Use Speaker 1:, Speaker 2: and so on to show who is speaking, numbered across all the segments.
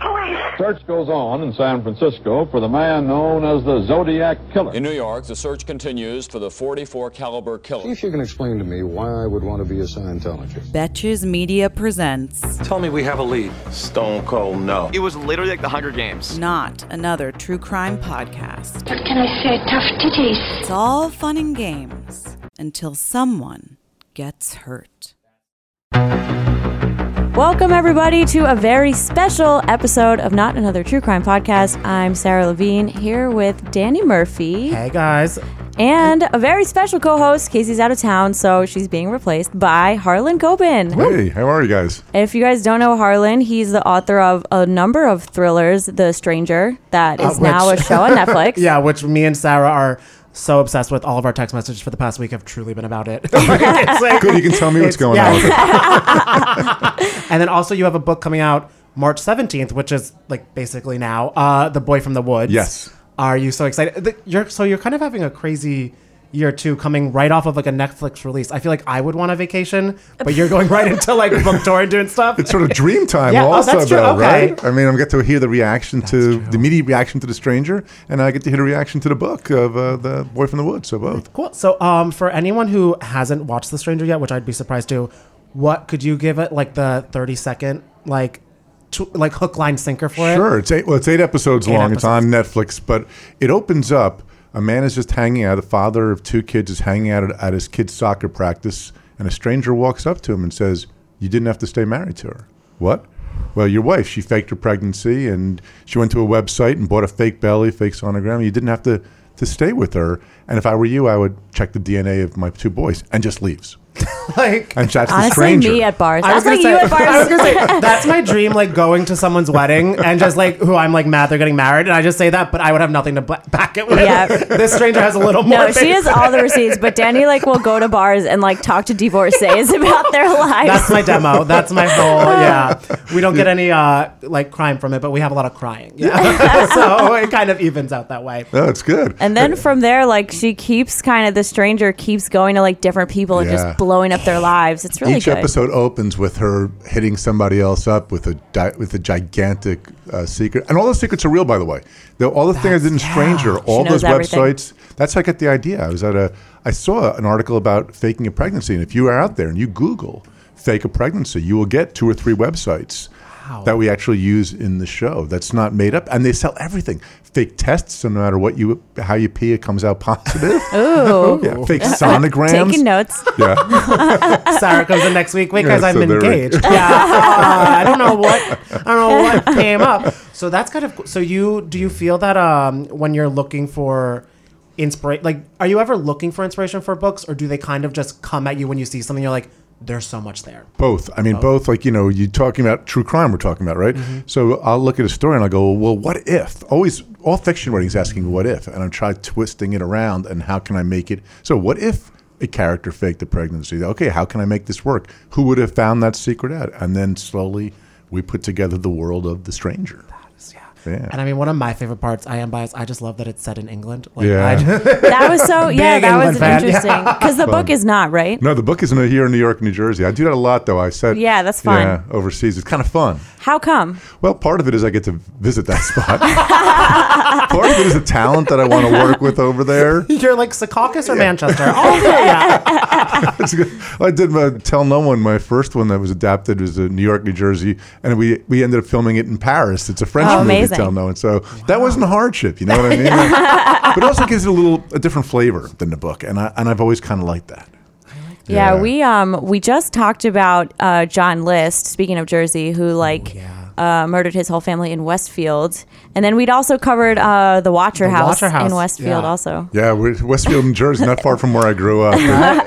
Speaker 1: Police.
Speaker 2: Search goes on in San Francisco for the man known as the Zodiac Killer.
Speaker 3: In New York, the search continues for the 44 caliber
Speaker 4: See
Speaker 3: killer.
Speaker 4: if you can explain to me why I would want to be a Scientologist.
Speaker 5: Betches Media presents
Speaker 6: Tell me we have a lead. Stone cold no.
Speaker 7: It was literally like the Hunger Games.
Speaker 5: Not Another True Crime Podcast.
Speaker 1: What can I say? Tough titties.
Speaker 5: It's all fun and games until someone gets hurt.
Speaker 8: Welcome, everybody, to a very special episode of Not Another True Crime Podcast. I'm Sarah Levine here with Danny Murphy. Hey, guys. And a very special co host. Casey's out of town, so she's being replaced by Harlan Coben.
Speaker 9: Hey, how are you guys?
Speaker 8: If you guys don't know Harlan, he's the author of a number of thrillers, The Stranger, that is now a show on Netflix.
Speaker 10: Uh, Yeah, which me and Sarah are so obsessed with. All of our text messages for the past week have truly been about it. It's like-
Speaker 9: Oh Good, you can tell me
Speaker 10: It's-
Speaker 9: what's going
Speaker 10: yeah.
Speaker 9: on. With it.
Speaker 10: and then also, you have a book coming out March 17th, which is like basically now uh, The Boy from the Woods.
Speaker 9: Yes.
Speaker 10: Are you so excited? The- You're So you're kind of having a crazy year two coming right off of like a Netflix release. I feel like I would want a vacation, but you're going right into like book tour and doing stuff.
Speaker 9: It's sort of dream time
Speaker 10: Yeah, oh,
Speaker 9: also,
Speaker 10: that's true,
Speaker 9: though,
Speaker 10: okay.
Speaker 9: right? I mean, I get to hear the reaction to the media reaction to The Stranger, and I get to hear the reaction to the book of uh, The Boy from the Woods. So both.
Speaker 10: Cool. So, um, for anyone who hasn't watched The Stranger yet, which I'd be surprised to, what could you give it like the thirty second like, tw- like hook line sinker for it?
Speaker 9: Sure, it's eight. Well, it's eight episodes
Speaker 10: Eight
Speaker 9: long. It's on Netflix, but it opens up. A man is just hanging out. The father of two kids is hanging out at, at his kid's soccer practice, and a stranger walks up to him and says, "You didn't have to stay married to her." What? Well, your wife. She faked her pregnancy, and she went to a website and bought a fake belly, fake sonogram. You didn't have to to stay with her. And if I were you, I would check the DNA of my two boys and just leaves.
Speaker 10: Like.
Speaker 9: And that's the
Speaker 8: Honestly,
Speaker 9: stranger.
Speaker 8: me at bars.
Speaker 10: I was,
Speaker 8: That's
Speaker 10: gonna
Speaker 8: like you
Speaker 10: say,
Speaker 8: at
Speaker 10: I was
Speaker 8: bars.
Speaker 10: gonna say that's my dream, like going to someone's wedding and just like who I'm like mad they're getting married, and I just say that, but I would have nothing to bla back it with.
Speaker 8: Yeah.
Speaker 10: this stranger has a little more.
Speaker 8: No, she
Speaker 10: faith.
Speaker 8: has all the receipts, but Danny like will go to bars and like talk to divorcees about their lives.
Speaker 10: That's my demo. That's my whole. Yeah, we don't get any uh like crime from it, but we have a lot of crying. Yeah, so it kind of evens out that way.
Speaker 9: Oh, it's good.
Speaker 8: And then from there, like she keeps kind of the stranger keeps going to like different people and
Speaker 9: Yeah.
Speaker 8: just blowing up their lives. It's really
Speaker 9: Each
Speaker 8: good.
Speaker 9: episode opens with her hitting somebody else up with a di- with a gigantic uh, secret, and all those secrets are real, by the way. Though all the things I did in Stranger, all
Speaker 8: knows
Speaker 9: those
Speaker 8: everything.
Speaker 9: websites. That's how I got the idea. I was at a I saw an article about faking a pregnancy, and if you are out there and you Google fake a pregnancy, you will get two or three websites. That we actually use in the show. That's not made up, and they sell everything. Fake tests, so no matter what you, how you pee, it comes out positive.
Speaker 8: Ooh.
Speaker 9: yeah, fake sonograms.
Speaker 8: Taking notes.
Speaker 9: Yeah.
Speaker 10: Sarah comes in next week. Wait,
Speaker 9: Yeah,
Speaker 10: guys, I'm
Speaker 9: so they're-
Speaker 10: engaged. yeah, uh, I don't know what I don't know what came up. So that's kind of so you do you feel that um when you're looking for inspiration, like are you ever looking for inspiration for books, or do they kind of just come at you when you see something? You're like, there's so much there.
Speaker 9: Both. I mean, both. Like you know, you talking about true crime. We're talking about right.
Speaker 10: Mm-hmm.
Speaker 9: So I'll look at a story and I'll go, well, what if? Always, all fiction writing is asking what if, and I'm trying twisting it around and how can I make it? So what if a character faked a pregnancy? Okay, how can I make this work? Who would have found that secret out? And then slowly we put together the world of the stranger. Yeah.
Speaker 10: And I mean, one of my favorite parts. I am biased. I just love that it's set in England. Like,
Speaker 9: Yeah.
Speaker 10: I just,
Speaker 8: That was Oh, so yeah,
Speaker 10: Big
Speaker 8: that
Speaker 10: England
Speaker 8: was
Speaker 10: fan.
Speaker 8: interesting. Because the book is not, right?
Speaker 9: No, the book is in here in New York, New Jersey. I do that a lot, though. I said,
Speaker 8: Yeah, that's fun.
Speaker 9: Yeah, overseas, it's kind of fun.
Speaker 8: How come?
Speaker 9: Well, part of it is I get to visit that spot. part of it is the talent that I want to work with over there.
Speaker 10: you're like Secaucus or Manchester. Oh yeah.
Speaker 9: It's good. I did my Tell No One, my first one that was adapted was in New York, New Jersey, and we, we ended up filming it in Paris. It's a French
Speaker 8: Oh,
Speaker 9: movie,
Speaker 8: amazing.
Speaker 9: Tell No One. So that wasn't a hardship, you know what I mean? but it also gives it a little a different flavor than the book, and I and I've always kind of liked that.
Speaker 8: Yeah,
Speaker 9: Yeah.
Speaker 8: we um we just talked about uh, John List. Speaking of Jersey, who like uh, murdered his whole family in Westfield, and then we'd also covered uh, the Watcher, House,
Speaker 10: Watcher House,
Speaker 8: in Westfield.
Speaker 10: yeah.
Speaker 8: Also,
Speaker 9: Yeah, we're Westfield, New Jersey, not far from where I grew up.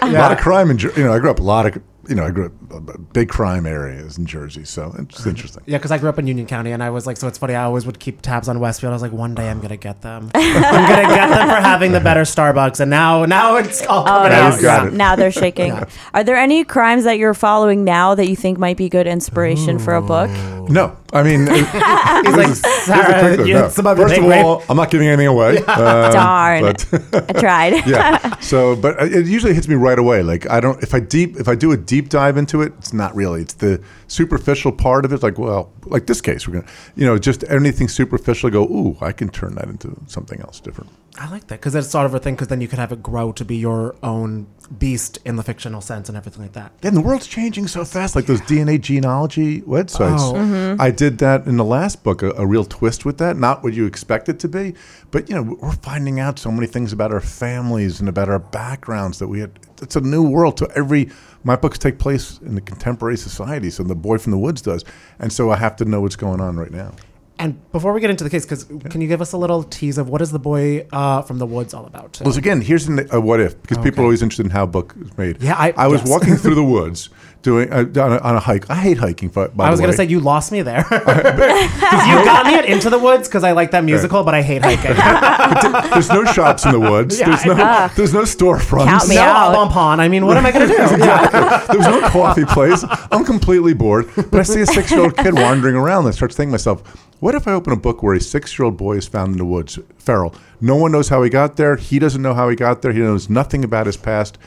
Speaker 9: A lot of crime in Jer- you know I grew up a lot of you know, I grew up uh, big crime areas in Jersey, so it's interesting.
Speaker 10: Uh-huh. Yeah, because I grew up in Union County, and I was like, so it's funny. I always would keep tabs on Westfield. I was like, one day I'm gonna get them. I'm gonna get them for having the better Starbucks, and now now it's all
Speaker 9: Oh,
Speaker 10: coming
Speaker 8: now,
Speaker 10: out.
Speaker 8: now- now they're shaking. Are there any crimes that you're following now that you think might be good inspiration for a book?
Speaker 9: No, I mean, it-
Speaker 10: He's like,
Speaker 9: this is- this is
Speaker 10: "Sarah,
Speaker 9: particular,
Speaker 10: you-
Speaker 9: no.
Speaker 10: some of the
Speaker 9: first
Speaker 10: big
Speaker 9: of all, I'm not giving anything away. um,
Speaker 8: Darn.
Speaker 9: but-
Speaker 8: I tried.
Speaker 9: yeah. So, but it usually hits me right away. Like I don't if I deep if I do a deep dive into it, it's not really. It's the superficial part of it. Like well, like this case, we're gonna you know just anything superficial. Go ooh, I can turn that into something else different.
Speaker 10: I like that because it's sort of a thing. Because then you could have it grow to be your own beast in the fictional sense and everything like that.
Speaker 9: Then the world's changing so fast. Like those DNA genealogy websites.
Speaker 10: Oh. Mhm.
Speaker 9: I did that in the last book. A, a real twist with that. Not what you expect it to be, but you know we're finding out so many things about our families and about our backgrounds that we had. It's a new world. So every my books take place in the contemporary society. So the boy from the woods does, and so I have to know what's going on right now.
Speaker 10: And before we get into the case, because can you give us a little tease of what is the boy uh, from the woods all about? uh,
Speaker 9: Well, so again, here's an, a what if because people are always interested in how a book is made.
Speaker 10: Yeah, I-
Speaker 9: was
Speaker 10: yes.
Speaker 9: walking through the woods doing uh, on, a, on a hike. I hate hiking. By, by
Speaker 10: I was
Speaker 9: the
Speaker 10: gonna
Speaker 9: way.
Speaker 10: say you lost me there. 'Cause you got me at Into the Woods because I like that musical, but I hate hiking.
Speaker 9: There's no shops in the woods.
Speaker 10: Yeah,
Speaker 9: there's no
Speaker 8: Ah.
Speaker 9: there's no storefronts.
Speaker 8: Count me
Speaker 10: no
Speaker 8: out.
Speaker 10: Bonpon. I mean, what am I gonna do? Yeah.
Speaker 9: There's no coffee place. I'm completely bored. But I see a six year old kid wandering around and I start thinking to myself, what if I open a book where a six year old boy is found in the woods, feral? No one knows how he got there. He doesn't know how he got there. He knows nothing about his past.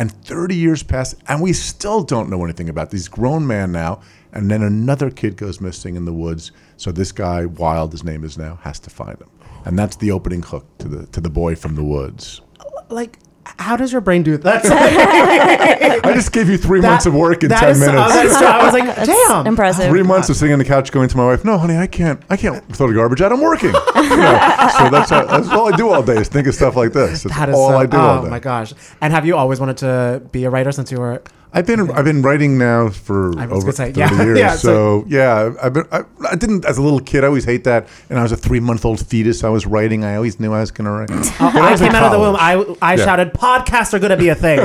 Speaker 9: And 30 years pass, and we still don't know anything about this grown man now. And then another kid goes missing in the woods. So this guy, Wild, his name is now, has to find him. And that's the opening hook to the to the boy from the woods.
Speaker 10: Like, how does your brain do that? That's like,
Speaker 9: I just gave you three
Speaker 10: that-
Speaker 9: months of work in
Speaker 10: that
Speaker 9: ten
Speaker 10: is-
Speaker 9: minutes.
Speaker 10: I was, I was like, damn.
Speaker 8: Impressive.
Speaker 9: Three months of sitting on the couch, going to my wife, "No, honey, I can't. I can't throw the garbage out. I'm working." You know, so that's, how, that's all I do all day is think of stuff like this. That's
Speaker 10: That is
Speaker 9: all
Speaker 10: so-
Speaker 9: I do
Speaker 10: Oh
Speaker 9: all day.
Speaker 10: my gosh! And have you always wanted to be a writer since you were?
Speaker 9: I've been I've been writing now for
Speaker 10: I was gonna
Speaker 9: over
Speaker 10: say,
Speaker 9: thirty
Speaker 10: yeah,
Speaker 9: years.
Speaker 10: yeah, it's
Speaker 9: so yeah, I've been I, I didn't as a little kid. I always hate that. And I was a three month old fetus. I was writing. I always knew I was going to write. When
Speaker 10: I,
Speaker 9: was in
Speaker 10: came out of the womb.
Speaker 9: college-
Speaker 10: I I
Speaker 9: Yeah.
Speaker 10: shouted, "Podcasts are gonna be a thing."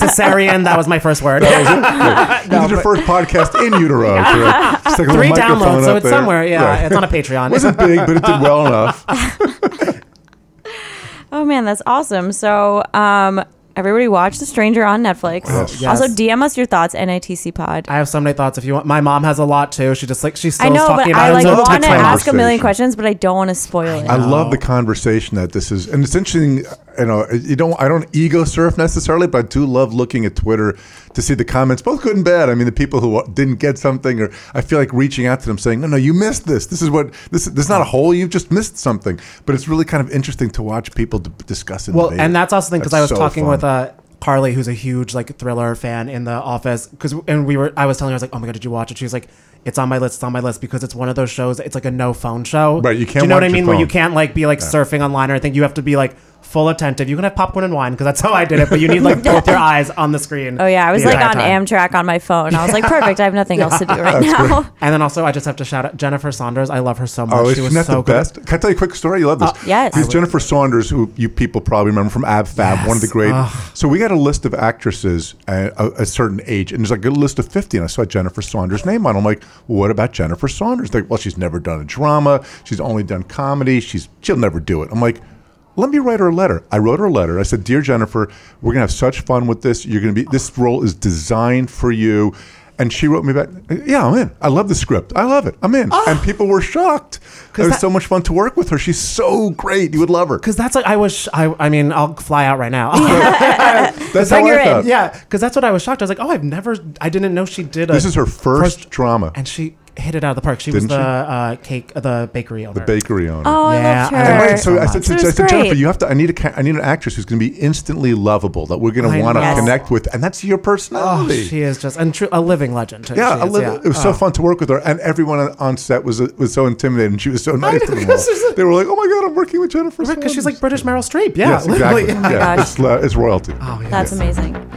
Speaker 10: Cesarean. That was my first word.
Speaker 9: You did your first podcast in utero. correct? Stick a little
Speaker 10: Three
Speaker 9: microphone
Speaker 10: downloads, so
Speaker 9: up
Speaker 10: it's
Speaker 9: there.
Speaker 10: somewhere. Yeah,
Speaker 9: Right.
Speaker 10: it's on a Patreon.
Speaker 9: wasn't big, but it did well enough.
Speaker 8: Oh man, that's awesome. So, um, everybody watch The Stranger on Netflix.
Speaker 10: Oh, Yes.
Speaker 8: Also,
Speaker 10: Yes.
Speaker 8: DM us your thoughts, NITC Pod.
Speaker 10: I have so many thoughts. If you want, my mom has a lot too. She just like she's still
Speaker 8: I know, but
Speaker 10: talking about.
Speaker 8: I
Speaker 10: it
Speaker 8: like
Speaker 10: until it
Speaker 8: want
Speaker 10: takes
Speaker 8: to
Speaker 10: my mom.
Speaker 8: ask a million
Speaker 9: Conversation.
Speaker 8: questions, but I don't want to spoil it.
Speaker 9: I love the conversation that this is, and it's interesting. You know, you don't. I don't ego surf necessarily, but I do love looking at Twitter to see the comments, both good and bad. I mean, the people who didn't get something, or I feel like reaching out to them, saying, "No, no, you missed this. This is what this. This is not a hole. You've just missed something." But it's really kind of interesting to watch people d- discuss it.
Speaker 10: Well, and that's also the thing because I was talking with
Speaker 9: Uh,
Speaker 10: uh, Carly, who's a huge like thriller fan in the office. Because and we were, I was telling her, I was like, "Oh my god, did you watch it?" She was like, "It's on my list. It's on my list because it's one of those shows. It's like a no phone show.
Speaker 9: Right, you
Speaker 10: Do
Speaker 9: can't
Speaker 10: you know what I
Speaker 9: watch your
Speaker 10: mean? Where you
Speaker 9: phone.
Speaker 10: can't like be like surfing online or anything. You have to be like full attentive. You can have popcorn and wine because that's how I did it. But you need like both your eyes on the screen.
Speaker 8: Oh yeah, I was
Speaker 10: the
Speaker 8: like
Speaker 10: entire
Speaker 8: on
Speaker 10: time.
Speaker 8: Amtrak on my phone. I was like, perfect. I have nothing else to do right now.
Speaker 10: And then also, I just have to shout out Jennifer Saunders. I love her so much.
Speaker 9: Oh,
Speaker 10: she
Speaker 9: isn't
Speaker 10: was
Speaker 9: that
Speaker 10: so
Speaker 9: the
Speaker 10: good.
Speaker 9: best? Can I tell you a quick story? You love this.
Speaker 8: Uh, yes.
Speaker 9: It's
Speaker 8: I
Speaker 9: Jennifer Saunders, who you people probably remember from Ab Fab, one of the great. So we got a list of actresses at a, a certain age, and there's like a list of 50, and I saw Jennifer Saunders' name on. it. I'm like, well, what about Jennifer Saunders? They're Like, well, she's never done a drama. She's only done comedy. She's she'll never do it. I'm like. Let me write her a letter. I wrote her a letter. I said, "Dear Jennifer, we're gonna have such fun with this. You're gonna be. This role is designed for you." And she wrote me back, "Yeah, I'm in. I love the script. I love it. I'm in."
Speaker 8: Ah.
Speaker 9: And people were shocked. It was
Speaker 10: that-
Speaker 9: so much fun to work with her. She's so great. You would love her.
Speaker 10: Because that's like I was. I, I mean, I'll fly out right now.
Speaker 9: That's
Speaker 8: then
Speaker 9: how
Speaker 8: you're
Speaker 9: I
Speaker 8: in.
Speaker 9: felt.
Speaker 10: Yeah, because that's what I was shocked. I was like, oh, I've never, I didn't know she did. A
Speaker 9: This is her first drama.
Speaker 10: and she hit it out of the park. She was
Speaker 9: Didn't
Speaker 10: the
Speaker 9: she?
Speaker 10: uh, cake, the bakery owner.
Speaker 9: The bakery owner.
Speaker 8: Oh, I
Speaker 10: Yeah,
Speaker 8: loved
Speaker 10: I
Speaker 8: her.
Speaker 9: And
Speaker 10: love
Speaker 9: right, so I said,
Speaker 8: So
Speaker 9: to- I
Speaker 8: it was
Speaker 9: said, Jennifer,
Speaker 8: great.
Speaker 9: you have to. I need a. ca- I need an actress who's going to be instantly lovable that we're going
Speaker 10: I
Speaker 9: to want
Speaker 10: know.
Speaker 9: to connect with, and that's your
Speaker 10: Oh,
Speaker 9: personality.
Speaker 10: she is just and tru- a living legend. too.
Speaker 9: yeah,
Speaker 10: She
Speaker 9: I
Speaker 10: is,
Speaker 9: love- it was so
Speaker 10: Oh.
Speaker 9: fun to work with her, and everyone on- on set was was so intimidated, and she was so nice to them
Speaker 10: this is
Speaker 9: all.
Speaker 10: a-
Speaker 9: They were like, "Oh my god, I'm working with Jennifer."
Speaker 10: Because she's
Speaker 9: Saunders."
Speaker 10: like British Meryl Streep. Yeah,
Speaker 9: yes,
Speaker 10: literally. Oh
Speaker 9: exactly.
Speaker 8: my
Speaker 9: yeah,
Speaker 8: gosh.
Speaker 9: It's, lo- it's royalty.
Speaker 10: yeah.
Speaker 8: That's amazing.
Speaker 11: Hey,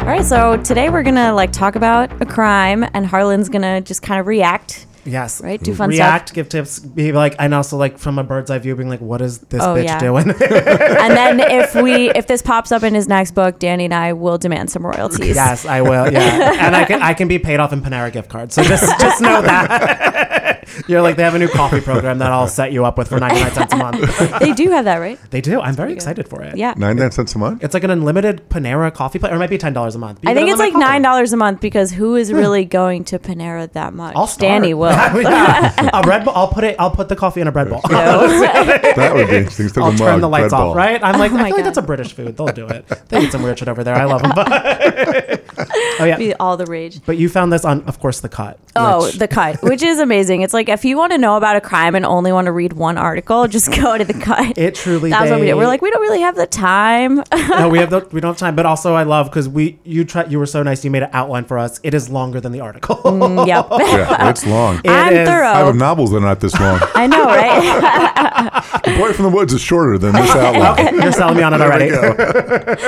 Speaker 8: All right, so today we're gonna like talk about a crime, and Harlan's gonna just kind of react.
Speaker 10: Yes.
Speaker 8: Right? Do fun
Speaker 10: React, give tips, be like, and also like from a bird's eye view, being like, what is this
Speaker 8: Oh,
Speaker 10: bitch
Speaker 8: yeah.
Speaker 10: doing?
Speaker 8: and then if we if this pops up in his next book, Danny and I will demand some royalties.
Speaker 10: yes, I will. Yeah, and I can I can be paid off in Panera gift cards. So just just know that you're like they have a new coffee program that I'll set you up with for ninety nine cents a month.
Speaker 8: they do have that, right?
Speaker 10: They do. I'm very excited for it.
Speaker 8: Yeah.
Speaker 9: Nine nine cents a month.
Speaker 10: It's like an unlimited Panera coffee plate, or it might be ten dollars a month. but you
Speaker 8: I
Speaker 10: get
Speaker 8: think it's like
Speaker 10: unlimited
Speaker 8: nine dollars a month because who is really going to Panera that much?
Speaker 10: I'll start.
Speaker 8: Danny will.
Speaker 10: Yeah. a bread ball. I'll put it. I'll put the coffee in a bread ball.
Speaker 9: That would be interesting. Instead of
Speaker 10: I'll
Speaker 9: a
Speaker 10: turn
Speaker 9: mug,
Speaker 10: the
Speaker 9: bread
Speaker 10: lights
Speaker 9: ball.
Speaker 10: off, right? I'm like,
Speaker 8: Oh
Speaker 10: I
Speaker 8: my
Speaker 10: feel like that's a British food. They'll do it. They eat some weird shit over there. I love them. oh yeah,
Speaker 8: Be all the rage.
Speaker 10: But you found this on, of course, the cut.
Speaker 8: Oh,
Speaker 10: which-
Speaker 8: the cut, which is amazing. It's like if you want to know about a crime and only want to read one article, just go to the cut.
Speaker 10: It truly.
Speaker 8: That's what we
Speaker 10: they-
Speaker 8: did. We're like, we don't really have the time.
Speaker 10: no, we have the, we don't have time. But also, I love because we you try you were so nice. You made an outline for us. It is longer than the article.
Speaker 8: yep.
Speaker 9: yeah, it's long.
Speaker 10: It I'm is. thorough.
Speaker 9: I have novels that are not this long.
Speaker 8: I know, right?
Speaker 9: the Boy from the Woods is shorter than this outline.
Speaker 10: Okay, you're selling me on it
Speaker 9: There we
Speaker 10: already.
Speaker 9: go.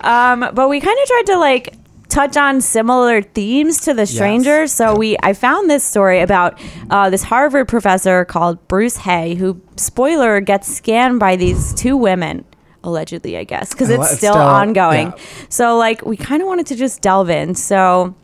Speaker 8: Um, but we kind of tried to like touch on similar themes to the stranger. So we I found this story about uh, this Harvard professor called Bruce Hay, who spoiler gets scammed by these two women. Allegedly, I guess, because
Speaker 12: Oh,
Speaker 8: it's
Speaker 12: it's
Speaker 8: still,
Speaker 12: still-
Speaker 8: ongoing.
Speaker 12: yeah.
Speaker 8: So, like, we kind of wanted to just delve in. So,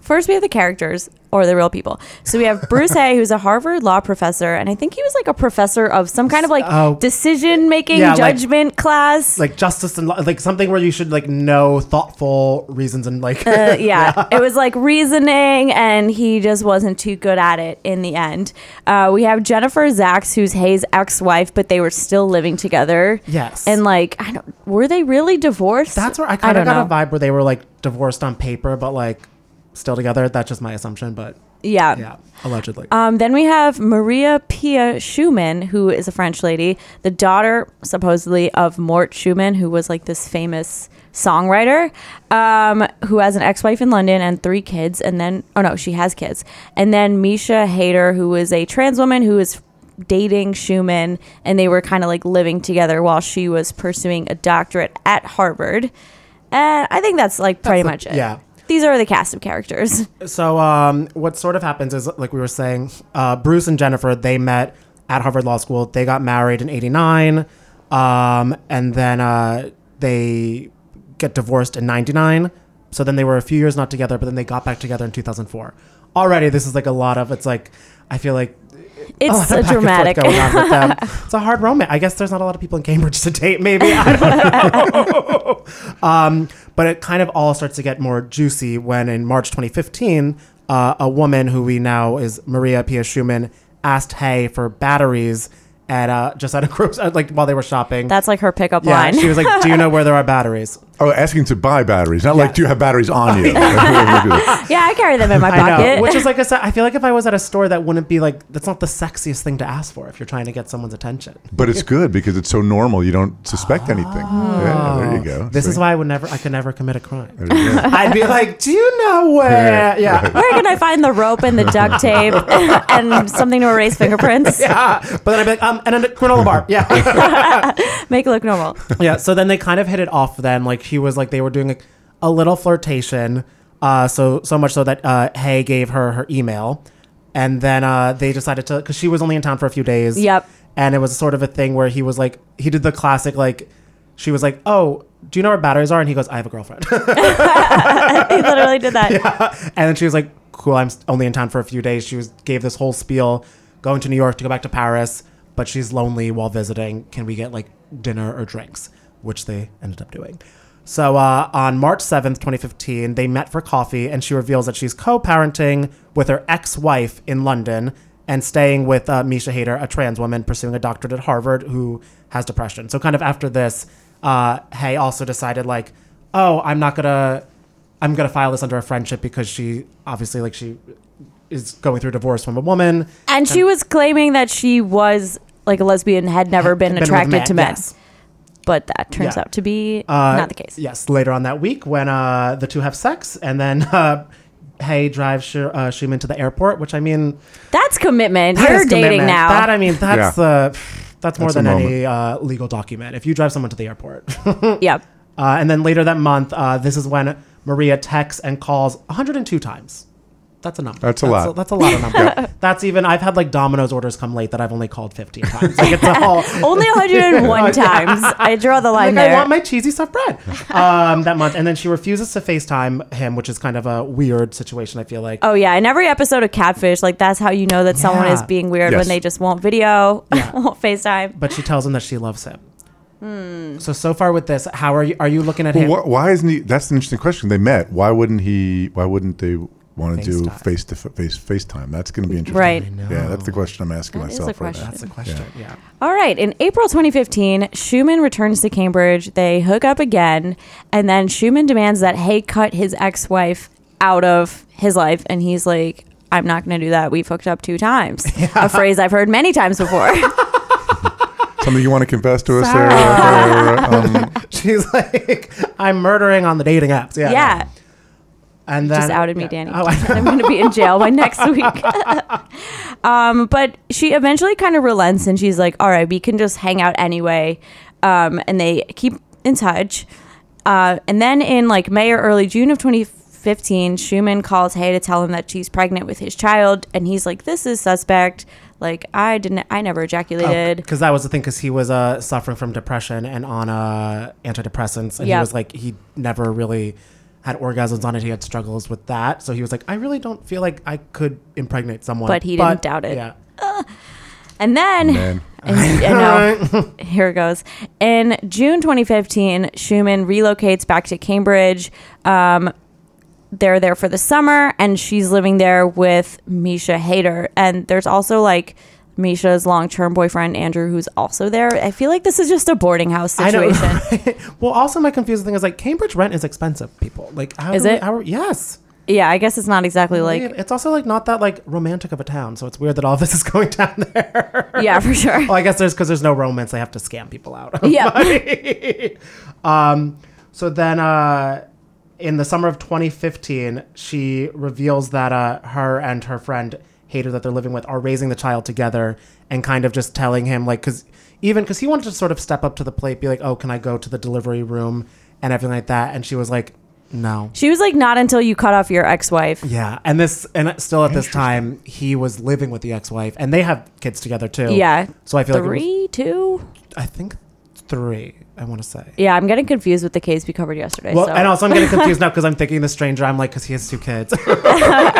Speaker 8: First, we have the characters or the real people. So we have Bruce Hay, who's a Harvard law professor, and I think he was like a professor of some kind of like
Speaker 10: Oh.
Speaker 8: decision making,
Speaker 10: Yeah, like-
Speaker 8: judgment class.
Speaker 10: like justice and law- like something where you should like know thoughtful reasons and like
Speaker 8: Uh, yeah, it was like reasoning, and he just wasn't too good at it in the end. Uh, we have Jennifer Zachs, who's Hay's ex wife, but they were still living together.
Speaker 10: Yes.
Speaker 8: And like, I don't, were they really divorced?
Speaker 10: That's where I kind of
Speaker 8: don't
Speaker 10: got
Speaker 8: know.
Speaker 10: a vibe where they were like divorced on paper, but like still together. That's just my assumption, but
Speaker 8: Yeah.
Speaker 10: yeah, allegedly.
Speaker 8: Um, then we have Maria Pia Schumann, who is a French lady, the daughter supposedly of Mort Schumann, who was like this famous songwriter, um, who has an ex-wife in London and three kids, and then oh no, she has kids, and then Misha Hayter, who is a trans woman who is dating Schumann, and they were kind of like living together while she was pursuing a doctorate at Harvard. And I think that's like pretty much it.
Speaker 10: yeah.
Speaker 8: These are the cast of characters.
Speaker 10: so um, what sort of happens is like we were saying, uh, Bruce and Jennifer they met at Harvard Law School. They got married in '89, um, and then uh, they get divorced in '99. So then they were a few years not together, but then they got back together in 2004. Already, this is like a lot of it's like I feel like oh,
Speaker 8: It's
Speaker 10: lot of
Speaker 8: so
Speaker 10: back and forth
Speaker 8: dramatic.
Speaker 10: going on with them. it's a hard romance. I guess there's not a lot of people in Cambridge to date. Maybe I don't know. um, but it kind of all starts to get more juicy when, in March 2015, uh, a woman who we now is Maria Pia Schumann asked Hay for batteries at uh, just at a group like while they were shopping.
Speaker 8: That's like her pickup
Speaker 10: yeah,
Speaker 8: line.
Speaker 10: she was like, "Do you know where there are batteries?"
Speaker 9: Oh, asking to buy batteries. Not like, do you have batteries on you?
Speaker 8: yeah, I carry them in my
Speaker 10: I
Speaker 8: pocket.
Speaker 10: know, which is like I said, I feel like if I was at a store, that wouldn't be like that's not the sexiest thing to ask for if you're trying to get someone's attention.
Speaker 9: but it's good because it's so normal. You don't suspect anything. Yeah, there you go.
Speaker 10: This
Speaker 9: See?
Speaker 10: is why I would never, I could never commit a crime.
Speaker 9: There you go.
Speaker 10: I'd be like, do you know
Speaker 8: Uh,
Speaker 9: Uh,
Speaker 10: where? Yeah.
Speaker 8: Where can I find the rope and the duct tape and something to erase fingerprints?
Speaker 10: Yeah. But then I'd be like, um, and a granola bar. Yeah.
Speaker 8: Make it look normal.
Speaker 10: yeah. So then they kind of hit it off then. Like he was like, they were doing a, a little flirtation. Uh, so, so much so that, uh, Hay gave her her email. And then, uh, they decided to, cause she was only in town for a few days.
Speaker 8: Yep.
Speaker 10: And it was sort of a thing where he was like, he did the classic, like, she was like, oh, do you know where batteries are? And he goes, I have a girlfriend.
Speaker 8: he literally did that.
Speaker 10: And then she was like, "Cool, I'm s- only in town for a few days." She was gave this whole spiel, going to New York to go back to Paris, but she's lonely while visiting. Can we get like dinner or drinks? Which they ended up doing. So uh, on March seventh, twenty fifteen, they met for coffee, and she reveals that she's co-parenting with her ex-wife in London and staying with uh, Misha Hayter, a trans woman pursuing a doctorate at Harvard who has depression. So kind of after this, uh, Hay also decided like
Speaker 9: oh, I'm not gonna, I'm gonna file this under a friendship because she obviously like she is going through divorce from a woman.
Speaker 8: And she was claiming that she was like a lesbian, had never been,
Speaker 9: been with
Speaker 8: attracted
Speaker 9: men,
Speaker 8: to men.
Speaker 9: yes.
Speaker 8: But that turns
Speaker 9: Yeah.
Speaker 8: out to be
Speaker 9: Uh,
Speaker 8: not the case.
Speaker 9: Yes, later on that week when uh, the two have sex and then uh, Hay drives Sh- uh, Schumann to the airport, which I mean,
Speaker 8: That's commitment.
Speaker 9: that
Speaker 8: You're
Speaker 9: is
Speaker 8: dating
Speaker 9: commitment.
Speaker 8: now.
Speaker 9: That I mean, that's
Speaker 10: Yeah.
Speaker 9: the that's more
Speaker 10: That's a
Speaker 9: than any uh, legal document. If you drive someone to the airport,
Speaker 8: yeah.
Speaker 9: Uh, and then later that month, uh, this is when Maria texts and calls 102 times. That's a number.
Speaker 10: That's a lot.
Speaker 9: that's a lot of numbers. That's even. I've had like Domino's orders come late that I've only called 15 times. Like it's a whole.
Speaker 8: Only 101
Speaker 9: Oh, Yeah.
Speaker 8: times. I draw the line
Speaker 9: Like,
Speaker 8: there.
Speaker 9: I want my cheesy stuffed bread um, that month, and then she refuses to Facetime him, which is kind of a weird situation. I feel like.
Speaker 8: Oh yeah, in every episode of Catfish, like that's how you know that someone
Speaker 9: Yeah.
Speaker 8: is being weird
Speaker 9: Yes.
Speaker 8: when they just won't video, won't FaceTime.
Speaker 9: But she tells him that she loves him. So so far with this, how are you? Are you looking at
Speaker 10: Well,
Speaker 9: him?
Speaker 10: wh- why isn't he? That's an interesting question. They met. Why wouldn't he? Why wouldn't they want to do face to face FaceTime? That's going to be interesting.
Speaker 8: Right. I
Speaker 10: Yeah, that's the question I'm asking
Speaker 8: That is
Speaker 10: myself
Speaker 8: a
Speaker 10: right now.
Speaker 8: question. That's a
Speaker 9: question. Yeah.
Speaker 8: All right, in April 2015, Schumann returns to Cambridge. They hook up again, and then Schumann demands that Hay cut his ex-wife out of his life, and he's like, "I'm not going to do that. We've hooked up two times." A phrase I've heard many times before.
Speaker 10: Something you want to confess to us, Sarah? Or, um,
Speaker 9: She's like, I'm murdering on the dating apps. Yeah.
Speaker 8: yeah,
Speaker 9: And then
Speaker 8: just outed me,
Speaker 9: yeah.
Speaker 8: Danny.
Speaker 9: Oh, I-
Speaker 8: I'm going to be in jail by next week. um, but she eventually kind of relents and she's like, all right, we can just hang out anyway. Um, and they keep in touch. Uh, and then in like May or early June of 2015, Schumann calls Hay to tell him that she's pregnant with his child. And he's like, this is suspect. Like, I didn't, I never ejaculated.
Speaker 9: Because Oh, that was the thing. Because he was uh, suffering from depression and on uh, antidepressants, and
Speaker 8: Yeah.
Speaker 9: he was like, he never really had orgasms on it. He had struggles with that, so he was like, I really don't feel like I could impregnate someone.
Speaker 8: But he didn't doubt it.
Speaker 9: Yeah.
Speaker 8: And then,
Speaker 10: Man.
Speaker 8: and, I know. here it goes. In June 2015, Schumann relocates back to Cambridge. Um, they're there for the summer, and she's living there with Misha Hader. And there's also like Misha's long term boyfriend, Andrew, who's also there. I feel like this is just a boarding house
Speaker 9: I know.
Speaker 8: situation.
Speaker 9: Well, also my confusing thing is like Cambridge rent is expensive. People like how
Speaker 8: Is
Speaker 9: do we-
Speaker 8: it?
Speaker 9: how are- yes.
Speaker 8: yeah, I guess it's not exactly like,
Speaker 9: it's also like not that like romantic of a town, so it's weird that all this is going down there.
Speaker 8: yeah, for sure.
Speaker 9: Well, I guess there's because there's no romance, they have to scam people out. of
Speaker 8: Yeah.
Speaker 9: money. um, so then, uh, in the summer of 2015, she reveals that uh, her and her friend Hater that they're living with are raising the child together, and kind of just telling him like, because even because he wanted to sort of step up to the plate, be like, oh, can I go to the delivery room and everything like that, and she was like, no.
Speaker 8: She was like, not until you cut off your ex wife.
Speaker 9: Yeah, and this and still at this time he was living with the ex-wife, and they have kids together too.
Speaker 8: Yeah.
Speaker 9: so I feel like it was-
Speaker 8: Three, two.
Speaker 9: I think three. I want to say.
Speaker 8: Yeah, I'm getting confused with the case we covered yesterday.
Speaker 9: Well,
Speaker 8: so.
Speaker 9: and also I'm getting confused now because I'm thinking the stranger. I'm like, because he has two kids.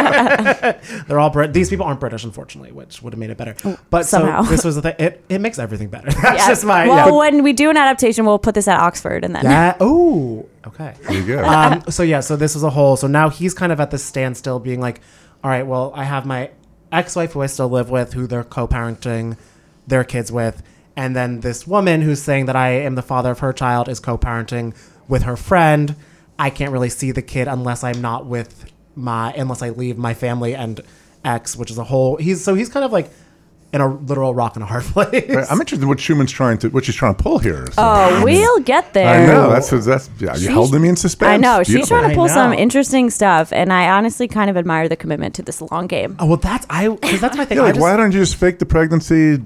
Speaker 9: They're all Brit. These people aren't British, unfortunately, which would have made it better. But
Speaker 8: Mm, somehow.
Speaker 9: so this was the thing. It, it makes everything better. That's
Speaker 8: Yeah.
Speaker 9: just my.
Speaker 8: Well,
Speaker 9: yeah.
Speaker 8: when we do an adaptation, we'll put this at Oxford, and then
Speaker 9: Yeah. Oh. Okay.
Speaker 10: there you go.
Speaker 9: Um, so yeah. So this is a whole. So now he's kind of at this standstill, being like, all right, well, I have my ex-wife who I still live with, who they're co-parenting their kids with, and then this woman who's saying that I am the father of her child is co-parenting with her friend. I can't really see the kid unless I'm not with my unless I leave my family and ex, which is a whole. He's so he's kind of like in a literal rock and a hard place.
Speaker 10: Right, I'm interested in what Schumann's trying to, what she's trying to pull here. So-
Speaker 8: oh, we'll get there.
Speaker 10: I know. That's that's yeah, you
Speaker 8: She's-
Speaker 10: held me in suspense.
Speaker 8: I know. She's
Speaker 10: Beautiful.
Speaker 8: trying to
Speaker 9: I
Speaker 8: pull some
Speaker 9: know.
Speaker 8: interesting stuff, and I honestly kind of admire the commitment to this long game.
Speaker 9: Oh well, that's I. Cause that's my thing.
Speaker 10: Yeah,
Speaker 9: I
Speaker 10: like,
Speaker 9: just-
Speaker 10: why don't you just fake the pregnancy,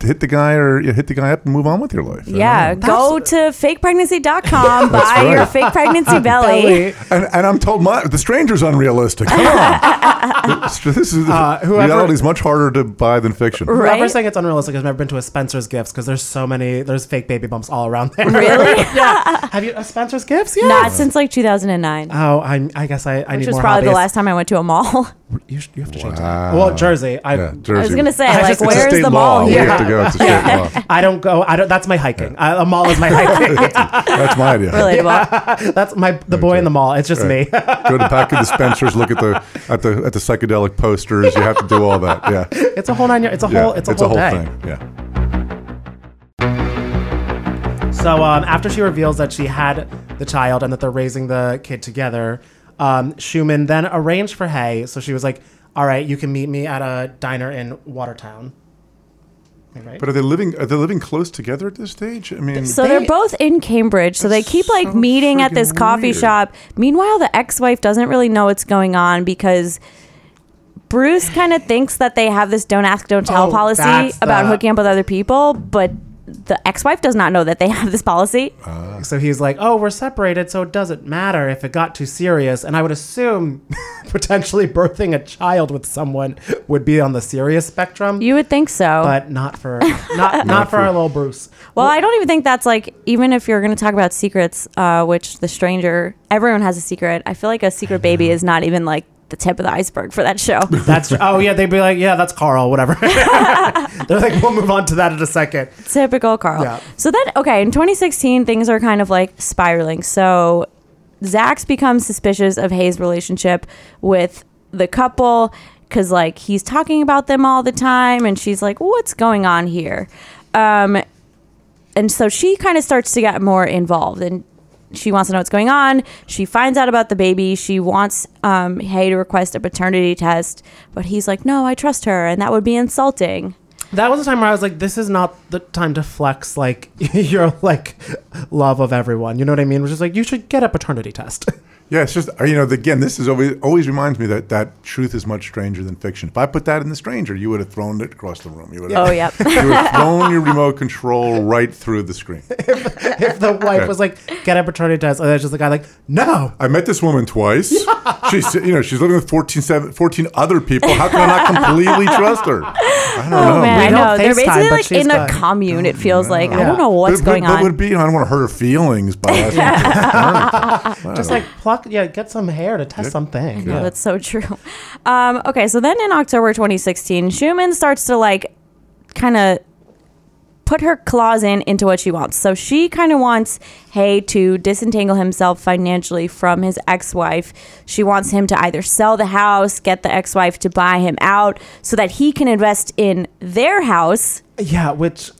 Speaker 10: hit the guy, or yeah, hit the guy up and move on with your life? I don't
Speaker 8: yeah,
Speaker 10: know.
Speaker 8: go to fakepregnancy.com, buy
Speaker 10: That's right.
Speaker 8: your fake pregnancy belly.
Speaker 10: And, and I'm told my the stranger's unrealistic. Come on, It's- this is
Speaker 9: Uh, whoever-
Speaker 10: reality is much harder to buy than fiction.
Speaker 8: Right.
Speaker 9: Whoever's saying it's unrealistic has never been to a Spencer's Gifts because there's so many, there's fake baby bumps all around there.
Speaker 8: Really?
Speaker 9: yeah. Have you, a Spencer's Gifts? Yeah.
Speaker 8: Not since like 2009,
Speaker 9: oh, I'm, I guess I, I
Speaker 8: which
Speaker 9: need
Speaker 8: was
Speaker 9: more
Speaker 8: probably the
Speaker 9: hobbies.
Speaker 8: last time I went to a mall.
Speaker 9: You, sh- you have to change that.
Speaker 11: Ah.
Speaker 10: Wow.
Speaker 9: Well, Jersey. I,
Speaker 10: Uh, Yeah,
Speaker 8: I was
Speaker 10: Jersey.
Speaker 8: gonna say,
Speaker 9: I
Speaker 8: like,
Speaker 9: just- it's a
Speaker 8: where's
Speaker 10: state
Speaker 8: the
Speaker 10: law.
Speaker 8: mall
Speaker 10: We
Speaker 8: here?
Speaker 10: have to go. It's a state law.
Speaker 9: I don't go, I don't, that's my hiking. I, a mall is my hiking.
Speaker 10: That's my idea.
Speaker 8: Relatable.
Speaker 9: that's my, the boy in the mall. It's just
Speaker 10: Right.
Speaker 9: me.
Speaker 10: Go to back of the Spencers, look at the at the at the psychedelic posters. You have to do all that. Yeah,
Speaker 9: it's a whole nine, yards- it's a
Speaker 10: yeah.
Speaker 9: whole, it's a whole, day.
Speaker 10: thing. Yeah.
Speaker 9: So
Speaker 11: So um, after she reveals that she had the child and that they're raising the kid together, um, Schumann then arranged for Hay. So she was like, "All right, you can meet me at a diner in Watertown." Right?
Speaker 9: But are they living? Are they living close together at this stage? I mean,
Speaker 1: So they, are both in Cambridge. So they keep like meeting at this coffee shop. Meanwhile, the ex-wife doesn't really know what's going on because Bruce kind of thinks that they have this don't ask, don't tell
Speaker 11: Oh,
Speaker 1: policy
Speaker 11: that's
Speaker 1: about
Speaker 11: the-
Speaker 1: hooking up with other people, but the ex-wife does not know that they have this policy.
Speaker 9: Ah.
Speaker 11: so he's like, "Oh, we're separated, so it doesn't matter if it got too serious." And I would assume potentially birthing a child with someone would be on the serious spectrum.
Speaker 1: You would think so,
Speaker 11: but not for not not
Speaker 1: Not
Speaker 11: for
Speaker 1: for-
Speaker 11: our little Bruce.
Speaker 1: Well, I don't even think that's like even if you're going to talk about secrets, uh, which the stranger, everyone has a secret. I feel like a secret baby is not even like the tip of the iceberg for that show.
Speaker 11: That's oh yeah, they'd be like, yeah, that's Carl, whatever. They're like, we'll move on to that in a second.
Speaker 1: Typical Carl.
Speaker 11: Yeah.
Speaker 1: So then, okay, in 2016, things are kind of like spiraling. So Zax becomes suspicious of Hayes' relationship with the couple because, like, he's talking about them all the time, and she's like, what's going on here? Um, and so she kind of starts to get more involved and she wants to know what's going on. She finds out about the baby. She wants um, Hay to request a paternity test, but he's like, no, I trust her, and that would be insulting.
Speaker 11: That was the time where I was like, this is not the time to flex like your like love of everyone. You know what I mean? Which is like, you should get a paternity test.
Speaker 9: Yeah, it's just uh, you know again. This is always always reminds me that that truth is much stranger than fiction. If I put that in the stranger, you would have thrown it across the room. You would have,
Speaker 11: Oh, yep.
Speaker 9: you would have thrown your remote control right through the screen.
Speaker 11: if the wife was like, get a paternity test, and it's just the guy like, no.
Speaker 9: I met this woman twice. She's you know she's living with 14, seven- 14 other people. How can I not completely trust her? I don't know.
Speaker 1: Oh man,
Speaker 9: man.
Speaker 1: I know. They're
Speaker 11: FaceTime, Mm,
Speaker 1: basically
Speaker 11: but
Speaker 1: like
Speaker 11: she's
Speaker 1: in a
Speaker 11: fine.
Speaker 1: commune. It feels like I don't know what's
Speaker 9: But- but-
Speaker 1: going
Speaker 9: but
Speaker 1: on.
Speaker 9: Would be I don't want to hurt her feelings by asking.
Speaker 11: Just like pluck, yeah, get some hair to test something.
Speaker 1: No, that's so true. Um, okay, so then in October 2016, Schumann starts to like kind of put her claws in into what she wants. So she kind of wants Hay to disentangle himself financially from his ex-wife. She wants him to either sell the house, get the ex-wife to buy him out so that he can invest in their house.
Speaker 11: Yeah, which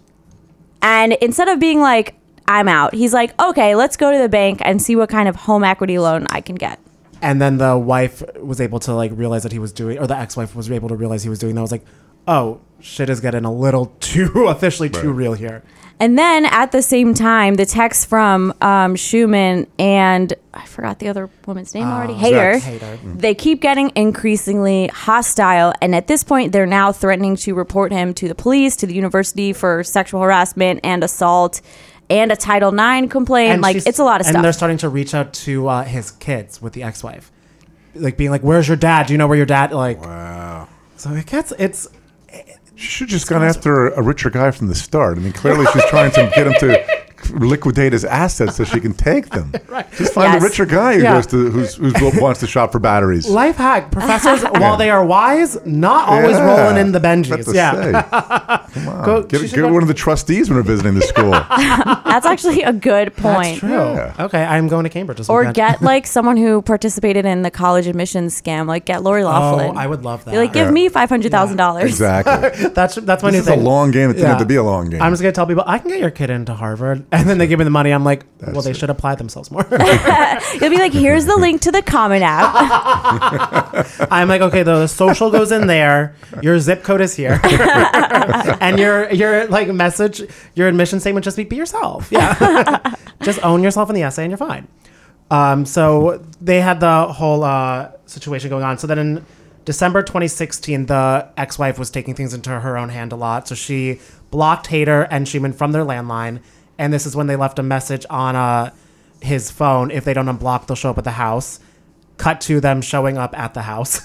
Speaker 1: And instead of being like I'm out, he's like, "Okay, let's go to the bank and see what kind of home equity loan I can get."
Speaker 11: And then the wife was able to like realize that he was doing, or the ex-wife was able to realize he was doing. That I was like, oh, shit is getting a little too officially too real here.
Speaker 1: And then at the same time, the text from um, Schumann and I forgot the other woman's name already,
Speaker 8: Ah,
Speaker 1: Hater,
Speaker 8: Zax. Hader. Mhm.
Speaker 1: they keep getting increasingly hostile. And at this point, they're now threatening to report him to the police, to the university for sexual harassment and assault and a Title IX complaint. like,
Speaker 11: she's-
Speaker 1: it's a lot of
Speaker 11: And they're
Speaker 1: stuff.
Speaker 11: starting to reach out to uh, his kids with the ex-wife, like being like, "Where's your dad? Do you know where your dad?" Like,
Speaker 9: wow.
Speaker 11: So it gets it's
Speaker 9: She should just gone after a, a richer guy from the start. I mean, clearly she's trying to get him to liquidate his assets so she can take them. Just find
Speaker 11: Yes.
Speaker 9: a richer guy who
Speaker 11: Yeah.
Speaker 9: goes to who's, who's, who wants to shop for batteries.
Speaker 11: life hack. Professors, while they are wise, not always
Speaker 9: Yeah.
Speaker 11: rolling in the
Speaker 9: That's
Speaker 11: Benjis.
Speaker 9: a
Speaker 11: Yeah,
Speaker 9: Come on,
Speaker 11: Go-
Speaker 9: get,
Speaker 11: she should
Speaker 9: get
Speaker 11: go-
Speaker 9: one of the trustees when we're visiting the school.
Speaker 1: That's actually a good point.
Speaker 11: that's true. Okay, I'm going to Cambridge. This
Speaker 1: Or
Speaker 11: weekend.
Speaker 1: get like someone who participated in the college admissions scam, like get Lori Laughlin.
Speaker 11: I would love
Speaker 1: Be like,
Speaker 11: that.
Speaker 1: give
Speaker 9: Yeah.
Speaker 1: me five hundred thousand dollars.
Speaker 9: Exactly.
Speaker 11: that's that's my
Speaker 9: This
Speaker 11: new
Speaker 9: is a
Speaker 11: thing.
Speaker 9: long game. It didn't have to be a long game.
Speaker 11: I'm just gonna tell people I can get your kid into Harvard, and then they give me the money. I'm like, well, they should apply themselves more.
Speaker 1: You'll be like, here's the link to the Common App.
Speaker 11: I'm like, okay, the social goes in there. Your zip code is here, and your your like message, your admission statement just be be yourself. Yeah, just own yourself in the essay, and you're fine. Um, so they had the whole uh, situation going on. So then in December 2016, the ex-wife was taking things into her own hand a lot. So she blocked Hater and Schumann from their landline, and this is when they left a message on uh, his phone. If they don't unblock, they'll show up at the house. Cut to them showing up at the house.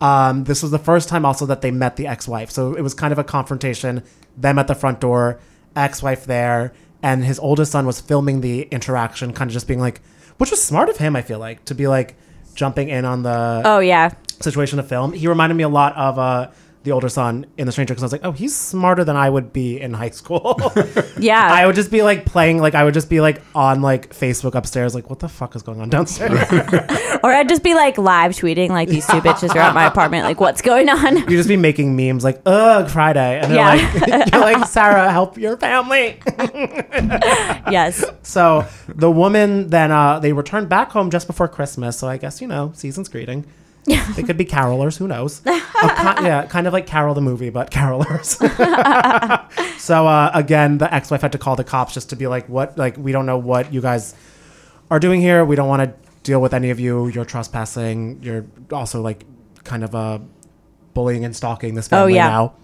Speaker 11: um, this was the first time also that they met the ex-wife, so it was kind of a confrontation. Them at the front door, ex-wife there, and his oldest son was filming the interaction, kind of just being like, which was smart of him, I feel like, to be like jumping in on the
Speaker 1: Oh, yeah.
Speaker 11: situation of film. He reminded me a lot of uh,
Speaker 9: the older son in The Stranger because I was like, oh, he's smarter than I would be in high school.
Speaker 8: yeah.
Speaker 9: I would just be like playing, like, I would just be like on like Facebook upstairs, like, what the fuck is going on downstairs?
Speaker 8: Or I'd just be like live tweeting, like these two bitches are at my apartment. Like, what's going on?
Speaker 9: You'd just be making memes like, ugh, Friday. And they're
Speaker 8: Yeah.
Speaker 9: like, you're like, Sarah, help your family.
Speaker 8: yes.
Speaker 9: So the woman then, uh, they returned back home just before Christmas. So I guess, you know, season's greeting. they could be carolers, who knows? A ki- yeah, kind of like Carol the movie, but carolers. so uh, again, the ex wife had to call the cops just to be like, what? Like, we don't know what you guys are doing here. We don't want to deal with any of you. You're trespassing. You're also like kind of uh, bullying and stalking this
Speaker 8: Oh,
Speaker 9: family
Speaker 8: yeah.
Speaker 9: now.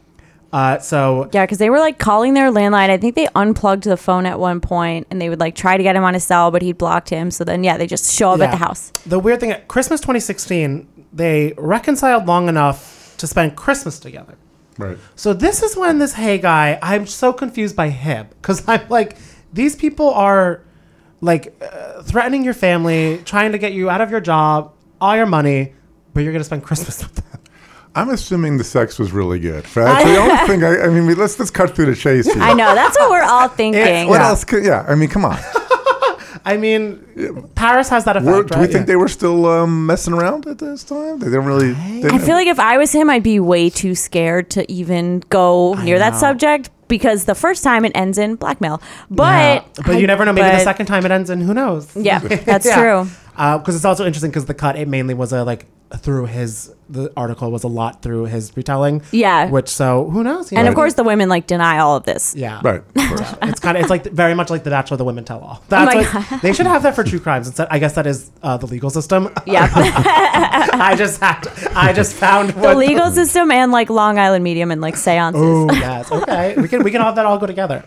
Speaker 9: Uh, so
Speaker 8: Yeah, because they were like calling their landline. I think they unplugged the phone at one point and they would like try to get him on his cell, but he blocked him. So then, yeah, they just show up at
Speaker 9: Yeah.
Speaker 8: the house.
Speaker 9: The weird thing at Christmas 2016, they reconciled long enough to spend Christmas together.
Speaker 10: Right.
Speaker 9: So this is when this Hey guy, I'm so confused by him because I'm like, these people are like uh, threatening your family, trying to get you out of your job, all your money, but you're gonna spend Christmas with them.
Speaker 10: I'm assuming the sex was really good. That's the only thing. I, I mean, let's let's cut through the chase. Here.
Speaker 8: I know. That's what we're all thinking.
Speaker 10: What else? Could, yeah. I mean, come on.
Speaker 9: I mean, Paris has that effect.
Speaker 10: Were- do we
Speaker 9: right?
Speaker 10: think they were still um, messing around at this time? They didn't really. They
Speaker 8: I feel like if I was him, I'd be way too scared to even go near that
Speaker 9: know.
Speaker 8: subject because the first time it ends in blackmail. But
Speaker 9: Yeah. but you never know. Maybe
Speaker 8: but-
Speaker 9: the second time it ends, and who knows?
Speaker 8: Yeah, that's true.
Speaker 9: Because it's also interesting because the cut it mainly was a like through his the article was a lot through his retelling.
Speaker 8: Yeah.
Speaker 9: which so who knows? you
Speaker 8: And
Speaker 9: know?
Speaker 8: of course, the women like deny all of this.
Speaker 9: Yeah.
Speaker 10: Right.
Speaker 9: it's kind of it's like very much like the Bachelor, the women tell all. That's
Speaker 8: Oh my
Speaker 9: what- they should have that for true crimes instead. I guess that is uh, the legal system.
Speaker 8: Yep.
Speaker 9: I just had, I just found
Speaker 8: The legal system and like Long Island Medium and like seances.
Speaker 9: Oh yes, okay. We can we can have that all go together.